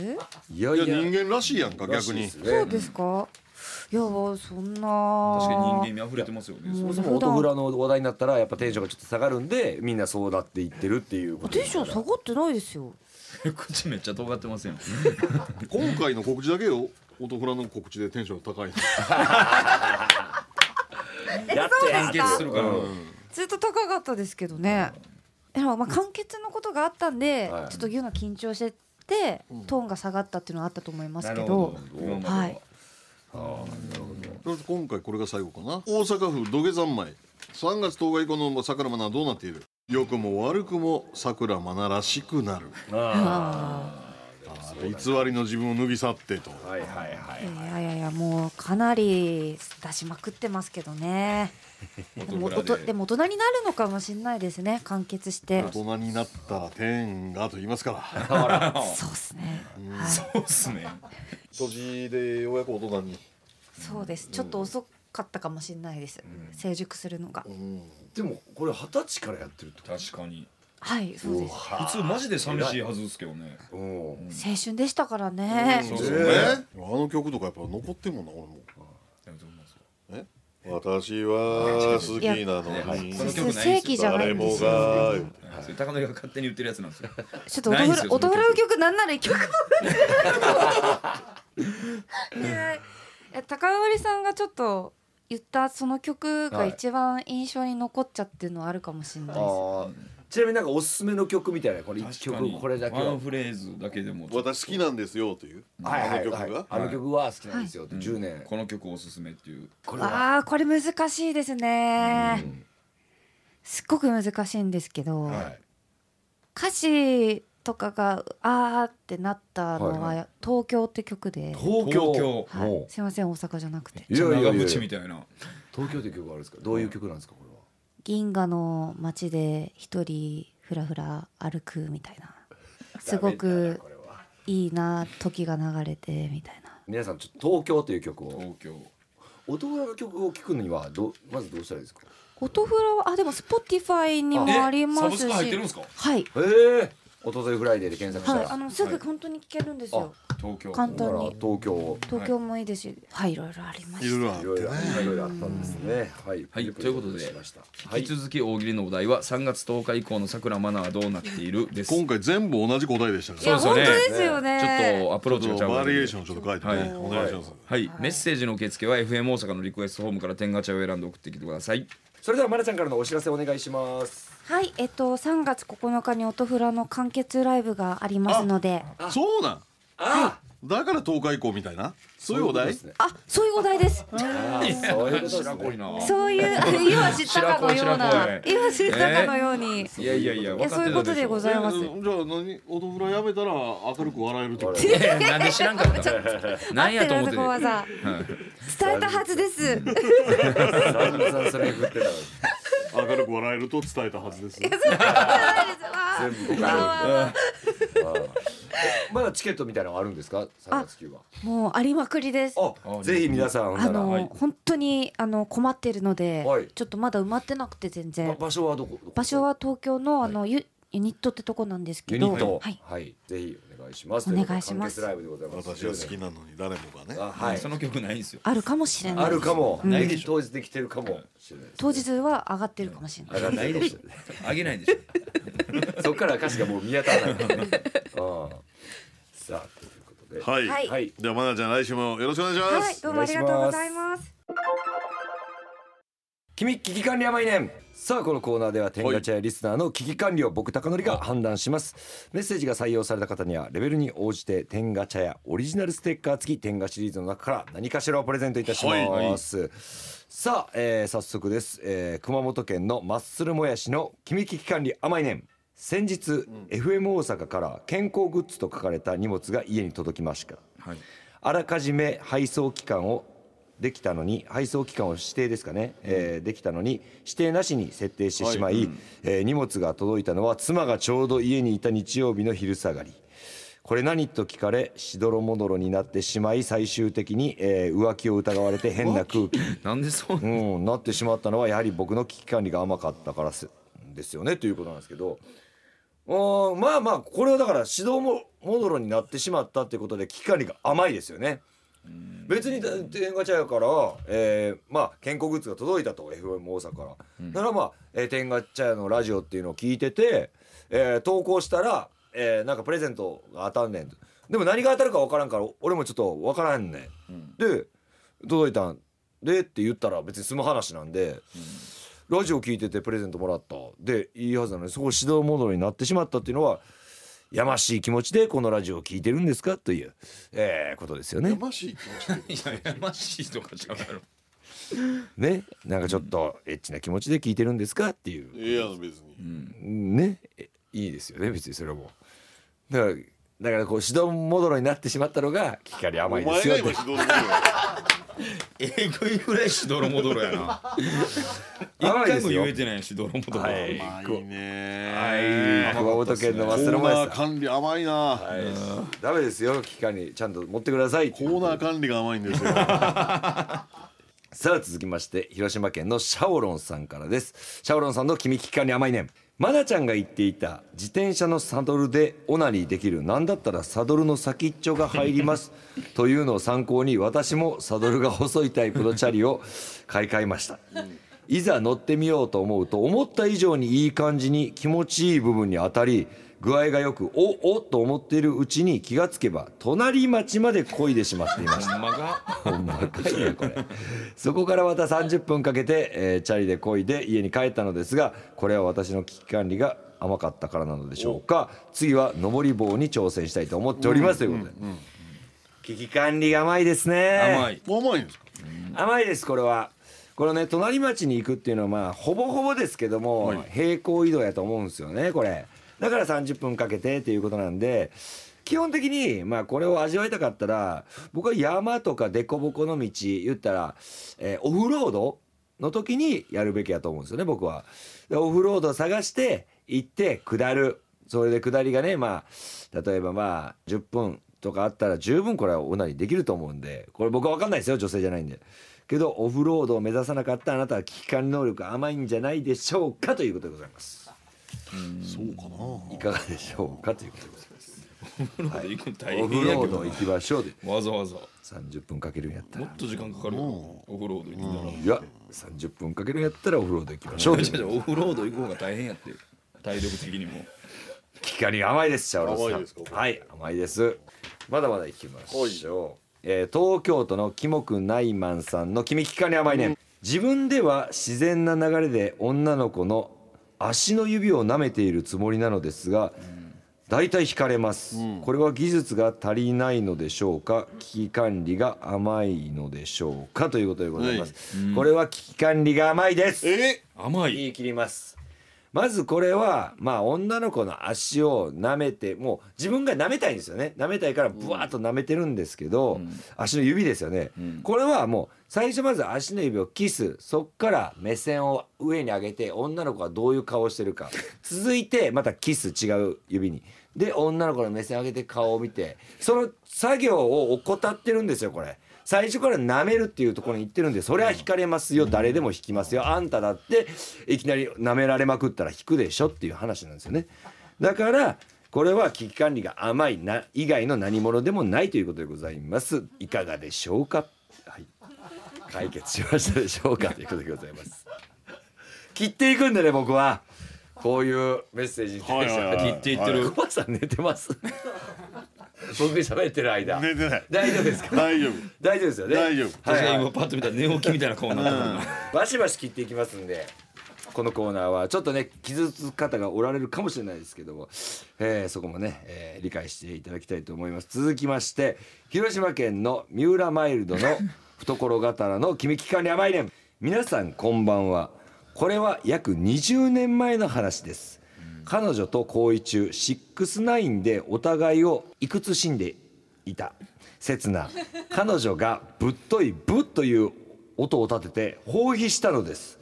C: いや
B: い、や人間らしいやんか逆に
E: そうですかいやそんな
D: 確かに人間味あふれてますよね
C: そもそも音フラの話題になったらやっぱテンションがちょっと下がるんでみんなそうなっていってるっていうこと
E: テンション下がってないですよ
D: 口めっちゃ尖ってますよ
B: 今回の告知だけよ音フラの告知でテンション高いの
C: やっ
E: そう
C: て
E: で
D: 完結するから
E: ずっと高かったですけどねでもまあ完結のことがあったんで、
C: はい
E: ちょっと言うのは緊張しててトーンが下がったっていうのはあったと思いますけど
D: 今まで
E: は
D: はい
B: とりあえず今回これが最後かな大阪府土下三昧3月10日以降の桜マナーどうなっている良くも悪くも桜マナらしくなるあー偽りの自分を脱ぎ去ってと
C: はいはいはい
E: いやいやいやもうかなり出しまくってますけどねでもおとでも大人になるのかもしれないですね完結して
B: 大人になったら天がと言いますから
E: そうですね
D: そうっすね
B: 閉じでようやく大人に
E: そうですちょっと遅かったかもしれないです、成熟するのが、
C: でもこれ二十歳からやってるってこ
D: 確かに
E: はいそうです
D: 普通マジで寂しいはずですけどね
C: とうん
E: 青春でしたからね、
B: そう
C: そうね
B: ねあの曲とかやっぱ残ってんもんな俺もえ私は好きなのに
D: その曲ないですよ
E: 正規じゃない
B: 誰
E: んで
B: も
E: すよ
B: が
E: は
D: それ高典が勝手に言ってるやつなんですよ
E: ちょっと音
D: ないんす
E: 払
D: よ
E: う音
D: その曲
E: 払う曲なんなら一曲も歌ってない [LAUGHS] ねえ高森さんがちょっと言ったその曲が一番印象に残っちゃってるのはあるかもしれないです、
C: あーちなみになんかおすすめの曲みたいなこれ
D: 確
C: 一
D: か
C: 曲
D: に
C: これだけ
D: ワ
C: は
D: ンフレーズだけでも
B: 私好きなんですよという
C: はいはい
B: あの曲
C: は
B: が
C: いあの曲は好きなんですよって
D: うん
C: 10年
D: この曲おすすめっていう
C: これは
E: あーこれ難しいですね、すっごく難しいんですけど、
F: はい
E: 歌詞とかがあーってなったの
C: は
E: は「東京」って曲で、
C: 東京
D: 東京
E: はい
C: おう
E: すいません大阪じゃなくて
C: いやいやいや
D: 長渕みたいな
C: 東京って曲があるんですかどういう曲なんですかこれは
E: 銀河の街で一人ふらふら歩くみたいなすごく
C: これはい
E: いな時が流れてみたいな
C: 皆さんちょっと東京という曲を
D: 東京
C: 男の曲を聴くにはどうまずどうしたらいいですか
E: 音フラはあでも Spotify にもありま
D: えサブス
E: す
D: ク
E: し
D: 入ってるんですか
E: はい
C: ええおとといフライデーで検索した
E: はい
C: ら、
E: あのすぐ本当に聴けるんですよ
D: 東京
E: 簡
C: だか
E: 単
C: ら
E: に
C: 東京を
E: 東京もいいですしはいいろいろありま
B: いろ
E: し
B: い
E: た
B: ろあっ
C: いろい
B: て
C: ろ
B: ね
C: いろいろあったんですねはい、
D: はいということで
C: しましたは
D: 引
C: い
D: き続き大喜利のお題は3月10日以降のさくらマナーはどうなっているです
B: 今回全部同じ答えでしたか
E: いや
B: ら
D: そう
E: 本当
D: ですよね
E: ですよね
D: ちょっとアプロー
B: ち
D: チ
B: ょ
D: が
B: っ
D: ちゃ
B: と
D: うわ
B: バリエー
D: け
B: シ
D: で
B: ョンちょっと書いてね、
D: はい
B: お願いします、
D: はい、メッセージの受付は FM 大阪のリクエストフォームから点ガチャを選んで送ってきてください
C: それではまなちゃんからのお知らせお願いします
E: はいえっと3月9日に音フラの完結ライブがありますので
B: そうなん
C: あ
B: だから10日以降みたいなそういうお題
C: ですね
E: あそういうお題です
C: あーそういうことです
D: 白
C: ね
D: いな
E: そういう今 [LAUGHS] 知ったかのよう
D: 白
E: な
D: 子白子
E: 今知ったかのように、
D: いやいやいや
E: いや
D: 分か
E: そ
D: っ
E: うい
D: て
E: う
D: たで
E: こと
D: し
E: で
D: ょ
E: ございます
B: えーじゃあ何音フラやめたら明るく笑えるってこと
D: えー
E: [LAUGHS]
D: なんで知らんかったなんやと思って
E: 合ってるわそこはさ伝えたはずです
C: 散々それ振ってたのに
B: [LAUGHS] 明るく笑えると伝えたはずです
C: 全部僕がまだチケットみたいなのあるんですか3月9は
E: もうありまくりです
C: あぜひ皆さんほんな
E: あ
C: ら
E: の、
C: はい
E: 本当にあの困ってるので、
C: はい
E: ちょっとまだ埋まってなくて全
C: ば
E: 然
C: 場所はどこ
E: 場所は東京のあの、ユユニットってとこなんです
C: ユ
E: け
C: ニ
E: ど
C: ット
E: はい、
C: はいぜひお願いします
E: お願いします
C: ということで完結ライブでございます
B: 私は好きなのに誰もがね
C: あ
D: は、
C: はいい
D: その曲ないんですよ
E: あるかもしれない
C: あるかも
E: うん
C: ぜひ当日できてるかもしれないです
E: 当日は上がってるかもしれない、
C: 上がってるかもしれない
D: あげないでしょ
C: そっから歌詞がもう見当たらないからねうんさあということで
B: はい、
E: はい
C: はい
B: ではまなちゃん来週もよろしくお願いします、
E: はいどうもありがとうございます
C: 君危機管理甘いねんさあこのコーナーでは天ガチャやリスナーの危機管理を僕高則が判断しますメッセージが採用された方にはレベルに応じて天ガチャやオリジナルステッカー付き天ガシリーズの中から何かしらをプレゼントいたします、さあ、えー早速です、えー熊本県のマッスルもやしの君危機管理甘いねん先日、FM 大阪から健康グッズと書かれた荷物が家に届きました
D: はい
C: あらかじめ配送期間をできたのに配送期間を指定ですかね、えーできたのに指定なしに設定してしまい、えー荷物が届いたのは妻がちょうど家にいた日曜日の昼下がりこれ何と聞かれしどろもどろになってしまい最終的に、えー浮気を疑われて変な空気に、
D: なんでそう
C: うん、なってしまったのはやはり僕の危機管理が甘かったからすですよねということなんですけどうんまあまあこれはだから指導ももどろになってしまったっていうことで危機管理が甘いですよね。別に天ガチャやから、えーまあ、健康グッズが届いたと FM 大阪から、ならまあ、えー、天ガチャやのラジオっていうのを聞いてて、えー投稿したら、えーなんかプレゼントが当たんねんとでも何が当たるか分からんから俺もちょっと分からんねん、で届いたんでって言ったら別に済む話なんで、ラジオ聞いててプレゼントもらったでいいはずなのにそこ指導戻りになってしまったっていうのはやましい気持ちでこのラジオを聞いてるんですかという、えーことですよね
B: や。ましい気持ちで
D: いややましいとかちゃうやろ
C: ねなんかちょっとエッチな気持ちで聞いてるんですかっていう
B: いや別に、
C: ねえいいですよね別にそれはもうだからだからこう指導もどろになってしまったのが聞きかり
B: お
C: 甘
B: 前
C: いで
B: が
C: す
B: 今
C: よ
B: 指
C: って
B: 導するよ
D: えぐいぐらいしどろもどろやな [LAUGHS] 一
C: 甘いで
D: 回も
C: すよ
D: 言えてないしどろもどろ
C: はい
B: 甘いね
D: はい
C: 熊本県の
B: コ
C: マス
B: ー
C: ロマ
B: ナ
C: ヤ
B: ー
C: さん
B: 管理甘いな、
C: ダメですよ聞きかりちゃんと持ってください
B: コーナー管理が甘いんですよ
C: さあ続きまして広島県のシャオロンさんからですシャオロンさんの「君聞きかに甘いねん」マナちゃんが言っていた自転車のサドルでオナニーできる何だったらサドルの先っちょが入りますと [LAUGHS] いうのを参考に私もサドルが細いタイプのチャリを買い替えましたいざ乗ってみようと思うと思った以上にいい感じに気持ちいい部分に当たり具合がよくおおっと思っているうちに気がつけば隣町まで漕いでしまっていました
D: ほんまか
C: ほんまかいなこれ [LAUGHS] そこからまた30分かけて、えーチャリで漕いで家に帰ったのですがこれは私の危機管理が甘かったからなのでしょうか次は上り棒に挑戦したいと思っておりますということで、危機管理が甘いですね
D: 甘い
F: 甘いんですか
C: 甘いですこれはこれね隣町に行くっていうのはまあほぼほぼですけども、平行移動やと思うんですよねこれだから30分かけてっていうことなんで基本的にまあこれを味わいたかったら僕は山とか凸凹の道言ったら、えーオフロードの時にやるべきやと思うんですよね僕はでオフロード探して行って下るそれで下りがねまあ例えばまあ10分とかあったら十分これはオナニーできると思うんでこれ僕は分かんないですよ女性じゃないんでけどオフロードを目指さなかったあなたは危機管理能力が甘いんじゃないでしょうかということでございます
F: そうかない
C: かがでしょうかということでございます
D: 行くの大
C: オ
D: 変
C: フ
D: や
C: ロ
D: け
C: ード
D: ど
C: 行きましょうで
D: わざわざ
C: 30分かけるんやった
D: も
C: ら
D: っと時間かかるよオフロード行ったら
C: いや30分かけるんやったらオフロード行きましょうと
D: 違 [LAUGHS] う違うオフロード行く方が大変やって体力的にも
C: 危機管理が甘いですシャオロス
F: 甘
C: さん
F: いですか
C: はい甘いですまだまだ行きましょう、えー東京都のキモくんナイマンさんの「君危機管理甘いね、自分では自然な流れで女の子の足の指を舐めているつもりなのですが、大体惹かれます、これは技術が足りないのでしょうか危機管理が甘いのでしょうかということでございます、これは危機管理が甘いです
F: え
D: 甘い
C: 言い切りますまずこれはまあ女の子の足を舐めてもう自分が舐めたいんですよね舐めたいからブワーッと舐めてるんですけど、足の指ですよね、これはもう最初まず足の指をキスそっから目線を上に上げて女の子がどういう顔をしてるか続いてまたキス違う指にで女の子の目線上げて顔を見てその作業を怠ってるんですよこれ。最初から舐めるっていうところに行ってるんでそれは引かれますよ誰でも引きますよあんただっていきなり舐められまくったら引くでしょっていう話なんですよねだからこれは危機管理が甘いな以外の何者でもないということでございますいかがでしょうかはい解決しましたでしょう
F: [LAUGHS]
C: かということでございます切っていくんでね僕はこういうメッセージに対して
F: はいはいはい
D: 切っていってる
C: コバさん寝てます
F: [LAUGHS]
C: 僕喋ってる間
B: 寝てない
C: 大丈夫ですか
B: 大丈夫
C: 大丈夫ですよね
B: 大丈夫
D: 確
C: はい
D: か
C: は
D: に
C: い
D: 今パッと見たら寝起きみたいな顔になった
C: バシバシ切っていきますんでこのコーナーはちょっとね傷つく方がおられるかもしれないですけども、えーそこもね、えー理解していただきたいと思います続きまして広島県の三浦マイルド
B: [LAUGHS]
C: の懐刀の君機関に甘いねん皆さんこんばんはこれは約20年前の話です彼女と行為中69でお互いをいくつ死んでいた刹那彼女がぶっといぶっという音を立てて放屁したのです、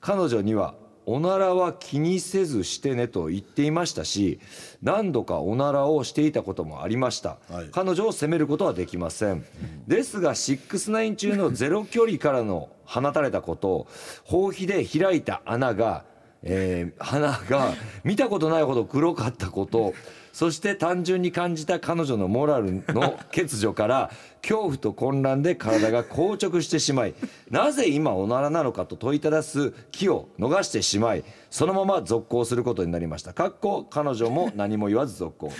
C: 彼女には「おならは気にせずしてね」と言っていましたし何度かおならをしていたこともありました、
B: はい
C: 彼女を責めることはできません、ですが69中のゼロ距離からの放たれたこと放屁で開いた穴がえー花が見たことないほど黒かったことそして単純に感じた彼女のモラルの欠如から恐怖と混乱で体が硬直してしまいなぜ今おならなのかと問いただす気を逃してしまいそのまま続行することになりましたかっこ彼女も何も言わず続行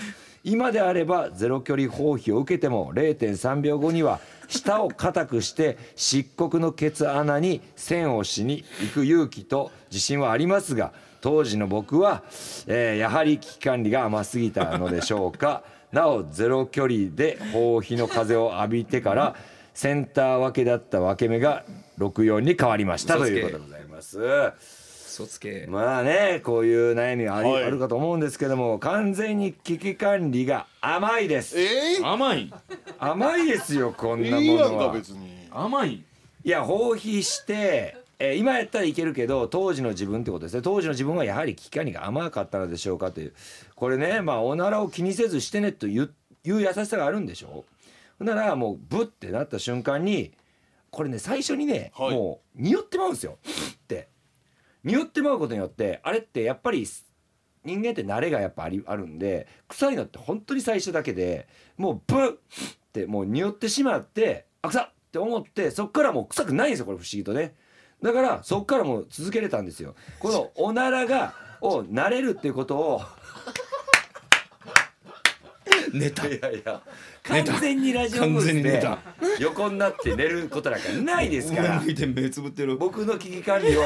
C: 今であればゼロ距離放棄を受けても0.3秒後には舌を固くして漆黒のケツ穴に線をしに行く勇気と自信はありますが当時の僕は、えーやはり危機管理が甘すぎたのでしょうかなおゼロ距離で放棄の風を浴びてからセンター分けだった分け目が64に変わりましたと
D: 嘘つけ
C: いうことでございます。
D: 嘘つけ
C: まあねこういう悩みはあり、
F: はい
C: あるかと思うんですけども完全に危機管理が甘いです
F: え
D: 甘い
C: 甘いですよこん
F: え
C: なも
F: いいやん
C: の
F: か
C: は
F: 別に
D: 甘い
C: いや放棄して、えー今やったらいけるけど当時の自分ってことですね当時の自分はやはり危機管理が甘かったのでしょうかというこれねまあおならを気にせずしてねといういう優しさがあるんでしょほんならもうブッてなった瞬間にこれね最初にね、
F: はい
C: もう匂ってまうんですよって匂ってまうことによってあれってやっぱり人間って慣れがやっぱありあるんで臭いのって本当に最初だけでもうブンってもう匂ってしまってあ臭っって思ってそっからもう臭くないんですよこれ不思議とね。だからそっからもう続けれたんですよこのおなら [LAUGHS] がを慣れるっていうことを
D: 寝た
C: いやいや完全にラジオブース
D: 寝
C: で
D: た
C: 横になって寝ることなんかないですか
D: 上
C: ら
D: 向いて目つぶってる
C: [LAUGHS] 僕の危機管理をえ違う違う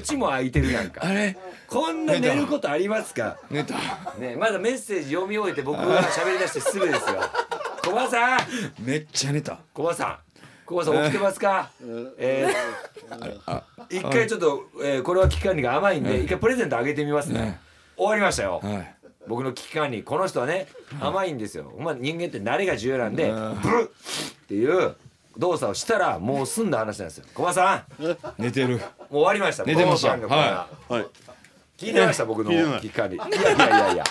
C: [LAUGHS] 口も開いてるなんか
D: あれ
C: こんな寝ることありますか
D: 寝た
C: ねまだメッセージ読み終えて僕が喋り出してすぐですよ小林さん
D: めっちゃ寝た
C: 小林さん小林さん起きてますか、えー、一回ちょっと、えーこれは危機管理が甘いんで一回プレゼントあげてみますね
D: ね
C: 終わりましたよ、
D: はい
C: 僕の危機管理この人はね甘いんですよ、まあ、人間って慣れが重要なんで、ブルッっていう動作をしたらもう済んだ話なんですよ小林さんも
D: 寝てる
C: う終わりました
D: 寝てました
C: 小林さんのコーナー
D: は
B: はい
C: 聞いてました僕の
B: 聞いてない
C: 危機管理いやいやいやいや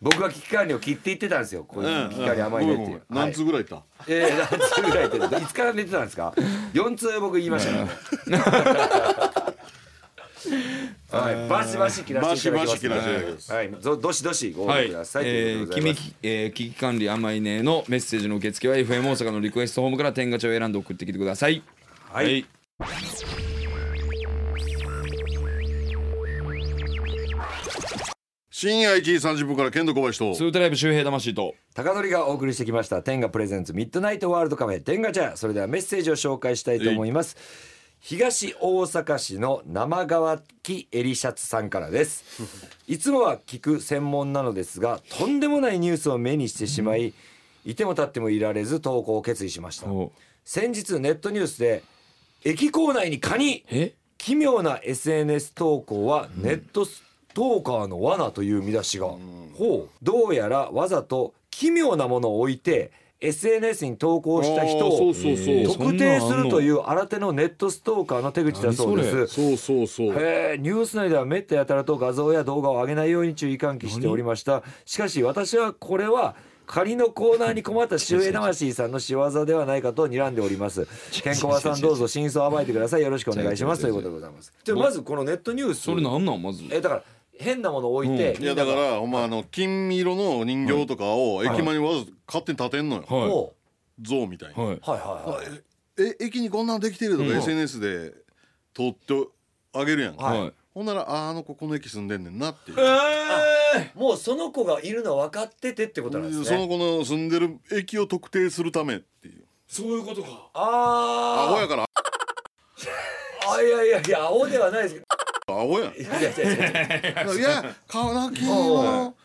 C: 僕は危機管理を切って言ってたんですよこういう危機管理甘いねっていう、は
B: 何
C: い
B: 通ぐらいいった
C: ええ何通ぐらいっていつから寝てたんですか4通僕言いましたね
B: [LAUGHS]
C: はいバシバシ切らせていただきますね
B: バシバシ切らせていただきます
C: はいどどしどしご応
D: は
C: 募
D: い
C: ください、
D: えー、
C: ということでござ
D: 君
C: います
D: えー、危機管理甘いねのメッセージの受付は FM 大阪のリクエストホームから天ガチャを選んで送ってきてください
C: はい
B: 深夜1時30分から剣道小林と
D: ツートライブ周平魂と
C: 高取がお送りしてきました「天ガプレゼンツミッドナイトワールドカフェ天ガチャ」それではメッセージを紹介したいと思います東大阪市の生乾きエリシャツさんからですいつもは聞く専門なのですがとんでもないニュースを目にしてしまいいても立ってもいられず投稿を決意しました
D: お
C: 先日ネットニュースで駅構内にカニ
D: え
C: 奇妙な SNS 投稿はネットストーカーの罠という見出しが、ほうどうやらわざと奇妙なものを置いて SNS に投稿した人
B: あーそ
C: を
B: うそうそう、
D: えー
C: 特定するという新手のネットストーカーの手口だそうで
D: 何
C: す。
B: そうそうそう
C: へーニュース内ではめったやたらと画像や動画を上げないように注意喚起しておりましたしかし私はこれは仮のコーナーに困った周平魂さんの仕業ではないかと睨んでおります健康はさんどうぞ真相を暴いてくださいよろしくお願いしますということでございますじゃあまずこのネットニュース
D: それなんなんまず
C: えだから変なものを置いて、
B: いやだか
C: みんな
B: らお前あの金色の人形とかを駅前にわざと勝手に立てんのよ、
C: が
D: は
C: も
B: 像みたいに、
D: いはい
C: はいはいはい
B: え駅にこんなのできてるとか、
D: うん
B: SNS で撮ってあげるやんか、
C: はい
D: はい
B: ほんならあーあの子この駅住んでんねんなっていう、
C: もうその子がいるの分かっててってことなんです
B: その
C: ね
B: 子の住んでる駅を特定するためっていう
D: そういうことか
B: アホ
C: あ
B: やから
C: ーあいやいやいや青ではないですけど
B: アホやん
C: いやいやいやいや
B: いや顔なき
C: お
B: の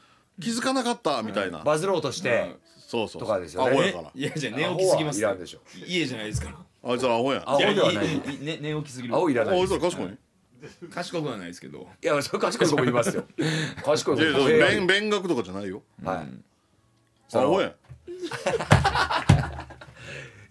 B: 気づかなかったみたいな、
C: バズろうとして
B: そうそう
C: とかですよね
B: アホ
D: え
B: やから
D: いやじゃあ寝起きすぎます
C: アホはいらんでしょ
D: 家じゃないですから
B: あいつらアホやん
C: 青ではない
D: やいね寝起きすぎる
C: 青いら
B: あ
C: ない
B: い
C: で
B: つ
C: す
B: ら賢いね
D: 賢くはないですけど
C: いやそれ賢い子もいま
D: [LAUGHS]
C: すよ賢い
B: い
C: 子
B: やい
C: も
B: や
C: いや
B: 勉勉学とかじゃないよ
C: はい
B: アホやん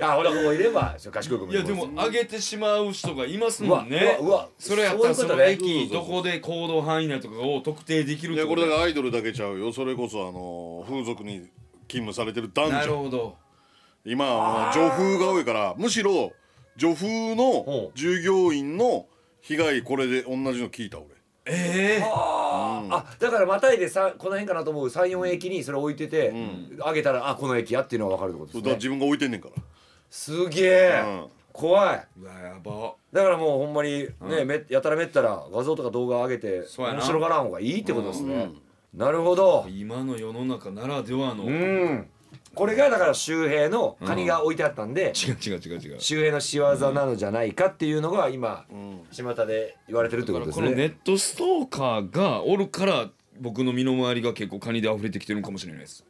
C: あほら子もいればそう賢い子も
D: い
C: い
D: や
C: ます
D: でも上げてしまう人がいますもんね
C: うわうわうわ
D: それやったら
C: そ
D: そう
C: いうこと
D: の
C: ね
D: 駅どこで行動範囲内とかを特定できるっ
B: い
D: て
B: や
D: こ
B: ことれだ
D: だ
B: からアイドルだけちゃうよそれこそあの風俗に勤務されてる男
D: なる
B: 女
D: ほど
B: 今はもう女風が多いからむしろ女風の従業員の被害これで同じの聞いた俺
D: ええ
C: あだからまたいでさこの辺かなと思う34駅にそれ置いてて、上げたらあこの駅やっていうのは分かるってこと
B: それだか
C: で
B: ら自
C: すね
B: 分が置いてんねんから
C: すげえ、
B: うん
C: 怖いう
D: わやば
C: だからもうほんまにね、めやたらめったら画像とか動画上げて
D: そうやな
C: 面白がらん方がいいってことですね、なるほど
D: 今の世の中ならではの、
C: う
D: 違うん
C: これがだから周平のカニが置いてあったんで、
D: 違う違う違う
C: 周平の仕業なのじゃないかっていうのが今、巷で言われてるって
D: だ
C: こ
D: からこ
C: とです
D: の
C: ね
D: ネットストーカーがおるから僕の身の回りが結構カニで溢れてきてるのかもしれないです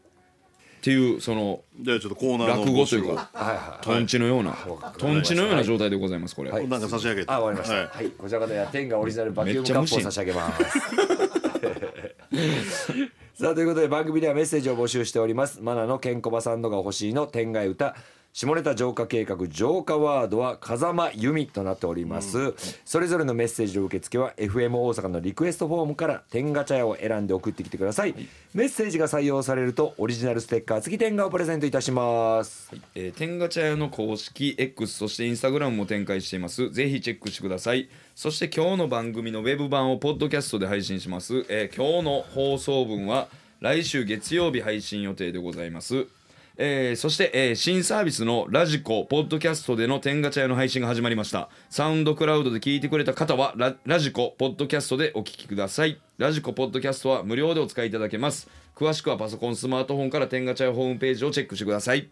D: っていうその
B: じゃあちょっとコーナーの
D: 落語というか
C: はいはい
D: トンチのようなトンチのような状態でございますこれ、
C: はい
B: なんか差し上げて
C: あ終わりました
B: は
C: はいい、こちらの方や天がオリジナルバキュームカップを差し上げ [LAUGHS] ますさあということで番組ではメッセージを募集しておりますマナのケンコバさんのが欲しいの天外歌下ネタ浄化計画浄化ワードは風間由美となっております、それぞれのメッセージの受付は FM 大阪のリクエストフォームから天ガチャ屋を選んで送ってきてください、メッセージが採用されるとオリジナルステッカー付き天ガをプレゼントいたします、
D: えー、天ガチャ屋の公式 X そしてインスタグラムも展開していますぜひチェックしてくださいそして今日の番組のウェブ版をポッドキャストで配信します、えー今日の放送分は来週月曜日配信予定でございますえーそして、えー新サービスのラジコ、ポッドキャストでの天ガチャ屋の配信が始まりました。サウンドクラウドで聞いてくれた方はラ、ラジコ、ポッドキャストでお聞きください。ラジコ、ポッドキャストは無料でお使いいただけます。詳しくはパソコン、スマートフォンから天ガチャ屋ホームページをチェックしてください。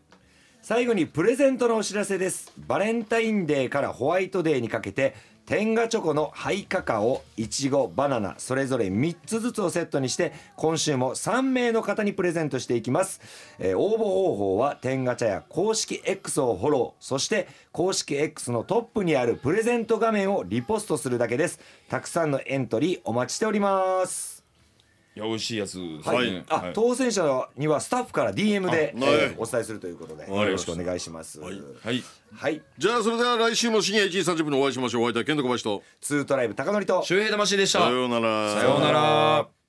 C: 最後にプレゼントのお知らせですバレンタインデーからホワイトデーにかけて天ガチョコのハイカカオいちごバナナそれぞれ3つずつをセットにして今週も3名の方にプレゼントしていきます、えー応募方法は天ガチャや公式 X をフォローそして公式 X のトップにあるプレゼント画面をリポストするだけですたくさんのエントリーお待ちしております
D: いや、美味しいやつですね。
B: はい
C: あ、
D: はい
C: 当選者にはスタッフから DM で、え
B: あはい
C: ーお伝えするということで
B: わ
C: よ
B: かり
C: ろ
B: ま
C: し
B: し
C: く
B: た
C: お願いします。はいい、
D: はい
B: じゃあそれでは来週も深夜1時30分にお会いしましょうお相手は健人小林と
C: ツートライブ高典と
D: 周平魂でした。
B: さようなら
D: さようなら。